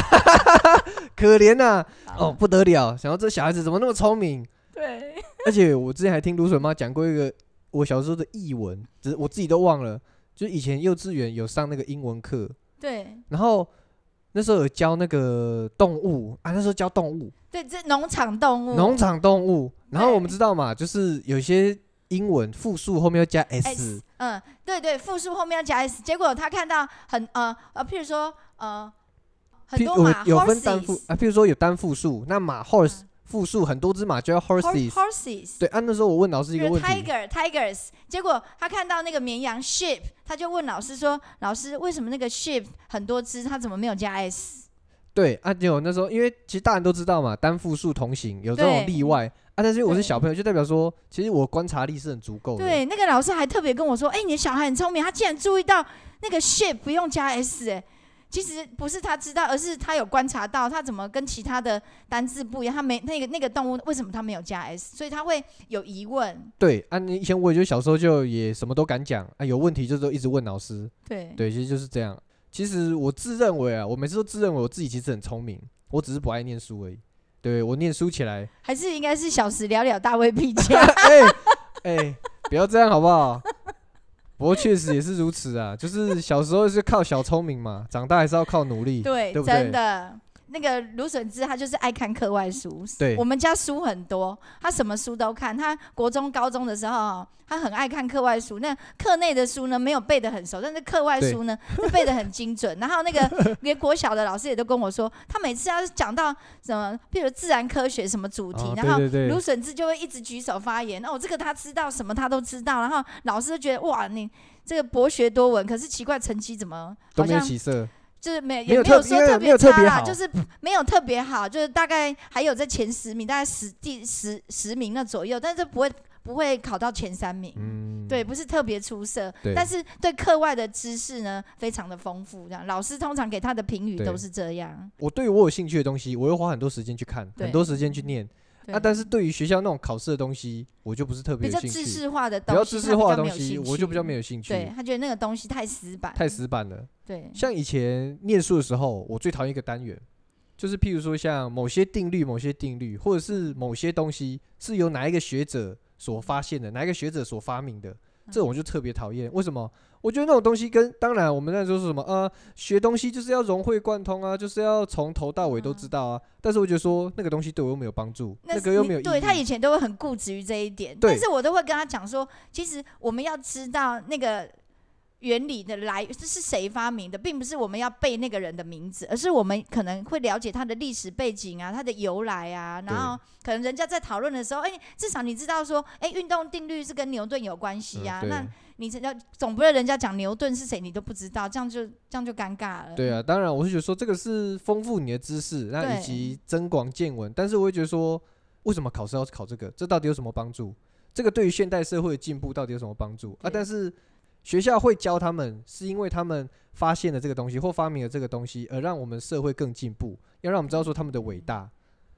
[SPEAKER 1] 可怜呐、哦，不得了，想到这小孩子怎么那么聪明，
[SPEAKER 2] 对，
[SPEAKER 1] 而且我之前还听芦笋妈讲过一个我小时候的译文，只是我自己都忘了，就是以前幼稚园有上那个英文课，
[SPEAKER 2] 对
[SPEAKER 1] 然后那时候有教那个动物啊，那时候教动物。
[SPEAKER 2] 对，这农场动物，
[SPEAKER 1] 农场动物。然后
[SPEAKER 2] 嗯对
[SPEAKER 1] 我们知道嘛，就是有些英文复数后面要加 s，
[SPEAKER 2] S，嗯，对对，复数后面要加 s。结果他看到很呃呃，譬如说呃很
[SPEAKER 1] 譬
[SPEAKER 2] 多
[SPEAKER 1] 如
[SPEAKER 2] 马
[SPEAKER 1] 有有分单复
[SPEAKER 2] horses 嗯
[SPEAKER 1] 啊，譬如说有单复数，那马 horse 复数很多只马就叫 horses。
[SPEAKER 2] horse- horses
[SPEAKER 1] 对，啊，那时候我问老师一
[SPEAKER 2] 比
[SPEAKER 1] 个
[SPEAKER 2] 如
[SPEAKER 1] 问题，
[SPEAKER 2] tiger tigers，结果他看到那个绵羊 sheep，他就问老师说：“老师，为什么那个 sheep 很多只，它怎么没有加 s？”
[SPEAKER 1] 对，啊，就那时候因为其实大人都知道嘛，单复数同形有这
[SPEAKER 2] 对
[SPEAKER 1] 种例外啊，但是因为我是
[SPEAKER 2] 对
[SPEAKER 1] 小朋友，就代表说其实我观察力是很足够的。
[SPEAKER 2] 对，那个老师还特别跟我说：“哎、你的小孩很聪明，他竟然注意到那个 sheep 不用加 s，哎、其实不是他知道，而是他有观察到他怎么跟其他的单字不一样，他没那个那个动物为什么他没有加 s，所以他会有疑问。
[SPEAKER 1] 对，啊，你以前我也就小时候就也什么都敢讲啊，有问题就都一直问老师。
[SPEAKER 2] 对，
[SPEAKER 1] 对，其实就是这样。其实我自认为啊，我每次都自认为我自己其实很聪明，我只是不爱念书而已。对我念书起来，
[SPEAKER 2] 还是应该是小时了了，大未必啊佳。
[SPEAKER 1] 哎哎、不要这样好不好？不过确实也是如此啊，就是小时候是靠小聪明嘛，长大还是要靠努力。
[SPEAKER 2] 对，
[SPEAKER 1] 对不
[SPEAKER 2] 真
[SPEAKER 1] 对
[SPEAKER 2] 的。那个芦笋枝，他就是爱看课外书。
[SPEAKER 1] 对
[SPEAKER 2] 我们家书很多，他什么书都看。他国中、高中的时候哦，他很爱看课外书。那课内的书呢，没有背得很熟，但是课外书呢，是背得很精准。然后 那个连国小的老师也都跟我说，他每次要是讲到什么，比如自然科学什么主题，
[SPEAKER 1] 哦
[SPEAKER 2] 然后
[SPEAKER 1] 对对对
[SPEAKER 2] 芦笋枝就会一直举手发言。哦，这个他知道，什么他都知道。然后老师就觉得哇，你这个博学多闻，可是奇怪成绩怎么
[SPEAKER 1] 都
[SPEAKER 2] 好
[SPEAKER 1] 没有
[SPEAKER 2] 像
[SPEAKER 1] 起色。
[SPEAKER 2] 就是没
[SPEAKER 1] 没有
[SPEAKER 2] 也没有
[SPEAKER 1] 特
[SPEAKER 2] 说
[SPEAKER 1] 因为
[SPEAKER 2] 特
[SPEAKER 1] 没有
[SPEAKER 2] 别
[SPEAKER 1] 特别
[SPEAKER 2] 差啦，
[SPEAKER 1] 好
[SPEAKER 2] 就是没有特别好，就是大概还有在前十名，大概十第十十名那左右，但是不会不会考到前三名。
[SPEAKER 1] 嗯，
[SPEAKER 2] 对，不是特别出色
[SPEAKER 1] 对，
[SPEAKER 2] 但是对课外的知识呢，非常的丰富。这样，老师通常给他的评语
[SPEAKER 1] 对
[SPEAKER 2] 都是这样。
[SPEAKER 1] 我对于我有兴趣的东西，我会花很多时间去看，
[SPEAKER 2] 对嗯
[SPEAKER 1] 很多时间去念。
[SPEAKER 2] 对
[SPEAKER 1] 啊，但是对于学校那种考试的东西，我就不是特别有
[SPEAKER 2] 比较
[SPEAKER 1] 兴
[SPEAKER 2] 知
[SPEAKER 1] 趣。
[SPEAKER 2] 识化的
[SPEAKER 1] 比
[SPEAKER 2] 东
[SPEAKER 1] 较
[SPEAKER 2] 西，
[SPEAKER 1] 知
[SPEAKER 2] 他
[SPEAKER 1] 识化的
[SPEAKER 2] 较
[SPEAKER 1] 东
[SPEAKER 2] 没有
[SPEAKER 1] 西，
[SPEAKER 2] 兴
[SPEAKER 1] 我就比较
[SPEAKER 2] 趣
[SPEAKER 1] 没有兴趣。
[SPEAKER 2] 对他觉得那个东西太死板，
[SPEAKER 1] 太死板了。
[SPEAKER 2] 对
[SPEAKER 1] 像以前念书的时候，我最讨厌一个单元，就是譬如说像某些定律、某些定律，或者是某些东西是由哪一个学者所发现的，哪一个学者所发明的，
[SPEAKER 2] 嗯
[SPEAKER 1] 这种我就特别讨厌。为什么？我觉得那种东西跟当然我们那时候是什么呃，学东西就是要融会贯通啊，就是要从头到尾都知道啊。但是我觉得说那个东西对我又没有帮助，那
[SPEAKER 2] 嗯是
[SPEAKER 1] 个又
[SPEAKER 2] 你
[SPEAKER 1] 没有意义。
[SPEAKER 2] 对他以前都会很固执于这一点，但
[SPEAKER 1] 对
[SPEAKER 2] 是我都会跟他讲说，其实我们要知道那个原理的来这是谁发明的，并不是我们要背那个人的名字，而是我们可能会了解他的历史背景啊，他的由来啊，然后可能人家在讨论的时候，哎、至少你知道说，哎、运动定律是跟牛顿有关系啊，
[SPEAKER 1] 嗯对
[SPEAKER 2] 那你知道总不会人家讲牛顿是谁你都不知道，这样就这样就尴尬了。
[SPEAKER 1] 对啊，当然我是觉得说这个是丰富你的知识，那
[SPEAKER 2] 对
[SPEAKER 1] 以及增广见闻。但是我会觉得说，为什么考试要考这个？这到底有什么帮助？这个对于现代社会的进步到底有什么帮助啊？
[SPEAKER 2] 对
[SPEAKER 1] 但是学校会教他们，是因为他们发现了这个东西或发明了这个东西，而让我们社会更进步，要让我们知道说他们的伟大。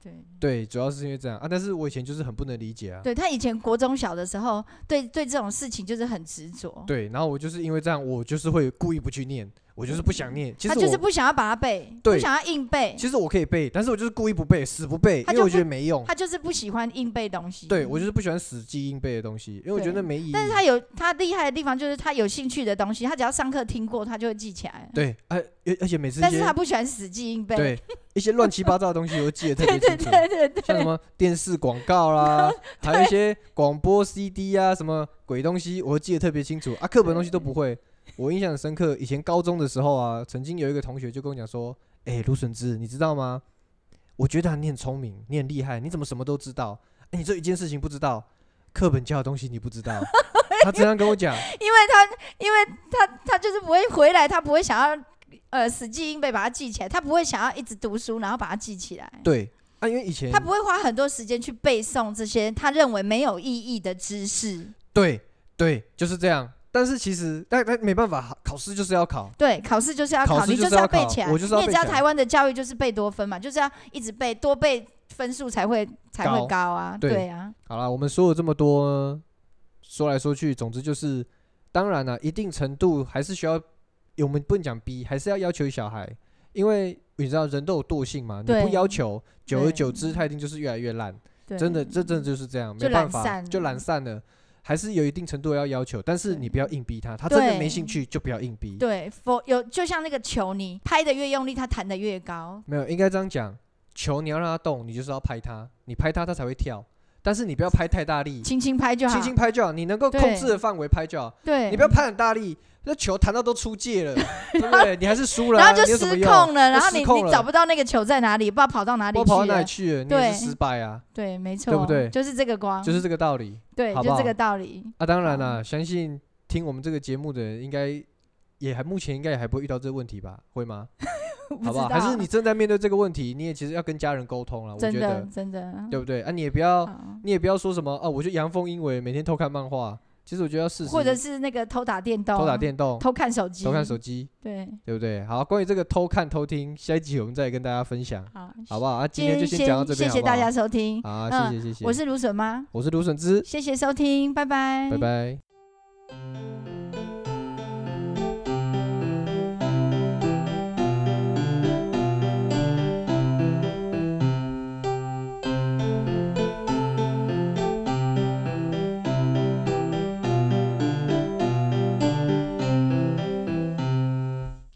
[SPEAKER 2] 对。
[SPEAKER 1] 对，主要是因为这样啊。但是我以前就是很不能理解啊。
[SPEAKER 2] 嗯对他以前国中小的时候，对对这种事情就是很执着。
[SPEAKER 1] 对，然后我就是因为这样，我就是会故意不去念，我就是不想念。其
[SPEAKER 2] 他
[SPEAKER 1] 实
[SPEAKER 2] 就是
[SPEAKER 1] 我
[SPEAKER 2] 不想要把它背，不
[SPEAKER 1] 对
[SPEAKER 2] 想要硬背，
[SPEAKER 1] 其实我可以背，但是我就是故意不背，死不背，
[SPEAKER 2] 他
[SPEAKER 1] 因为
[SPEAKER 2] 就
[SPEAKER 1] 我觉
[SPEAKER 2] 不
[SPEAKER 1] 得没用。
[SPEAKER 2] 他就是不喜欢硬背东西。
[SPEAKER 1] 对我就是不喜欢死记硬背的东西，因为我觉得那没意义。
[SPEAKER 2] 但是他有他厉害的地方，就是他有兴趣的东西，他只要上课听过，他就会记起来。
[SPEAKER 1] 对，而而而且每次一
[SPEAKER 2] 但是
[SPEAKER 1] 些
[SPEAKER 2] 他不喜欢死记硬背。
[SPEAKER 1] 对一些乱七八糟的东西，我记得特别
[SPEAKER 2] 对对
[SPEAKER 1] 清楚，
[SPEAKER 2] 对对对
[SPEAKER 1] 像什么电视广告 啦，还有一些广播 CD 啊，什么鬼东西，我记得特别清楚啊，课本东西都不会。我印象很深刻，以前高中的时候啊，曾经有一个同学就跟我讲说：“哎、芦笋枝，你知道吗？我觉得啊你很聪明，你很厉害，你怎么什么都知道？哎、你这一件事情不知道，课本教的东西你不知道。”他这样跟我讲，
[SPEAKER 2] 因为他因为他他就是不会回来，他不会想要呃死记硬背把它记起来，他不会想要一直读书然后把它记起来。
[SPEAKER 1] 对啊，因为以前
[SPEAKER 2] 他不会花很多时间去背诵这些他认为没有意义的知识。
[SPEAKER 1] 对对，就是这样。但是其实，但但没办法，考试就是要考。
[SPEAKER 2] 对，考试就是要
[SPEAKER 1] 考
[SPEAKER 2] 考，
[SPEAKER 1] 试
[SPEAKER 2] 你
[SPEAKER 1] 就是是要
[SPEAKER 2] 要背
[SPEAKER 1] 考
[SPEAKER 2] 起来。
[SPEAKER 1] 我就是要
[SPEAKER 2] 你也
[SPEAKER 1] 背
[SPEAKER 2] 知道
[SPEAKER 1] 起来
[SPEAKER 2] 台湾的教育就是背多分嘛，就是要一直背，多背分数才会才会
[SPEAKER 1] 高
[SPEAKER 2] 高啊。
[SPEAKER 1] 对
[SPEAKER 2] 对啊，
[SPEAKER 1] 好啦，我们说了这么多，说来说去，总之就是，当然了、啊一定程度还是需要，我们不能讲逼，还是要要求小孩，因为你知道人都有惰性嘛，你不
[SPEAKER 2] 对
[SPEAKER 1] 要求，久而
[SPEAKER 2] 对
[SPEAKER 1] 久之，他一定就是越来越烂。
[SPEAKER 2] 嗯对
[SPEAKER 1] 真的，这真的就是这样，没
[SPEAKER 2] 就
[SPEAKER 1] 有办
[SPEAKER 2] 懒
[SPEAKER 1] 法，
[SPEAKER 2] 散
[SPEAKER 1] 就
[SPEAKER 2] 了
[SPEAKER 1] 懒散了。还是有一定程度要要求，但是
[SPEAKER 2] 对
[SPEAKER 1] 你不要硬逼他，他真的没
[SPEAKER 2] 对
[SPEAKER 1] 兴趣就不要硬逼。
[SPEAKER 2] 对，否有就像那个球，你拍的越用力，它弹的越高。
[SPEAKER 1] 没有，应该这样讲，球你要让它动，你就是要拍它，你拍它它才会跳，但是你不要拍太大力，
[SPEAKER 2] 轻轻拍就
[SPEAKER 1] 嗯
[SPEAKER 2] 好，
[SPEAKER 1] 轻轻拍就好，你能够控制的范围拍就好，
[SPEAKER 2] 对，
[SPEAKER 1] 你不要拍很大力，那球弹到都出界了， 对不 对？你还是输了啊、
[SPEAKER 2] 然后就
[SPEAKER 1] 你有
[SPEAKER 2] 失
[SPEAKER 1] 什么
[SPEAKER 2] 控
[SPEAKER 1] 用
[SPEAKER 2] 了，然
[SPEAKER 1] 就
[SPEAKER 2] 后
[SPEAKER 1] 失
[SPEAKER 2] 你
[SPEAKER 1] 控
[SPEAKER 2] 你找
[SPEAKER 1] 了，
[SPEAKER 2] 不到那个球在哪里，不知道跑到哪里
[SPEAKER 1] 我
[SPEAKER 2] 去
[SPEAKER 1] 跑到哪里
[SPEAKER 2] 了。
[SPEAKER 1] 去了？你也是
[SPEAKER 2] 对
[SPEAKER 1] 失败啊，
[SPEAKER 2] 对，没错，
[SPEAKER 1] 对不对
[SPEAKER 2] 就是这个光，
[SPEAKER 1] 就是这个道理
[SPEAKER 2] 对，
[SPEAKER 1] 好
[SPEAKER 2] 就
[SPEAKER 1] 不好
[SPEAKER 2] 这个道理。
[SPEAKER 1] 啊。当然啦、相信听我们这个节目的人应该。也还目前应该也还不会遇到这个问题吧？会吗？
[SPEAKER 2] 不
[SPEAKER 1] 好
[SPEAKER 2] 知
[SPEAKER 1] 不好？
[SPEAKER 2] 道，
[SPEAKER 1] 还是你正在面对这个问题，你也其实要跟家人沟通了。啊我觉
[SPEAKER 2] 真的
[SPEAKER 1] 得，
[SPEAKER 2] 真的
[SPEAKER 1] 对不对？啊，你也不要
[SPEAKER 2] 好
[SPEAKER 1] 你也不阳奉阴违，每天偷看漫画，其实我觉得要适时
[SPEAKER 2] 或者是那个偷打电动，
[SPEAKER 1] 偷打、电动、
[SPEAKER 2] 偷看手机、
[SPEAKER 1] 偷看手机，
[SPEAKER 2] 对，
[SPEAKER 1] 对不对？好，关于这个偷看、偷听，下一集我们再跟大家分享，
[SPEAKER 2] 好，
[SPEAKER 1] 好不好？啊，今天就
[SPEAKER 2] 先
[SPEAKER 1] 讲到这边，
[SPEAKER 2] 谢谢大家收听，
[SPEAKER 1] 好不好。好，谢
[SPEAKER 2] 嗯
[SPEAKER 1] 谢谢谢，
[SPEAKER 2] 我是芦笋妈，
[SPEAKER 1] 我是芦笋枝，
[SPEAKER 2] 谢谢收听，拜拜，
[SPEAKER 1] 拜。拜。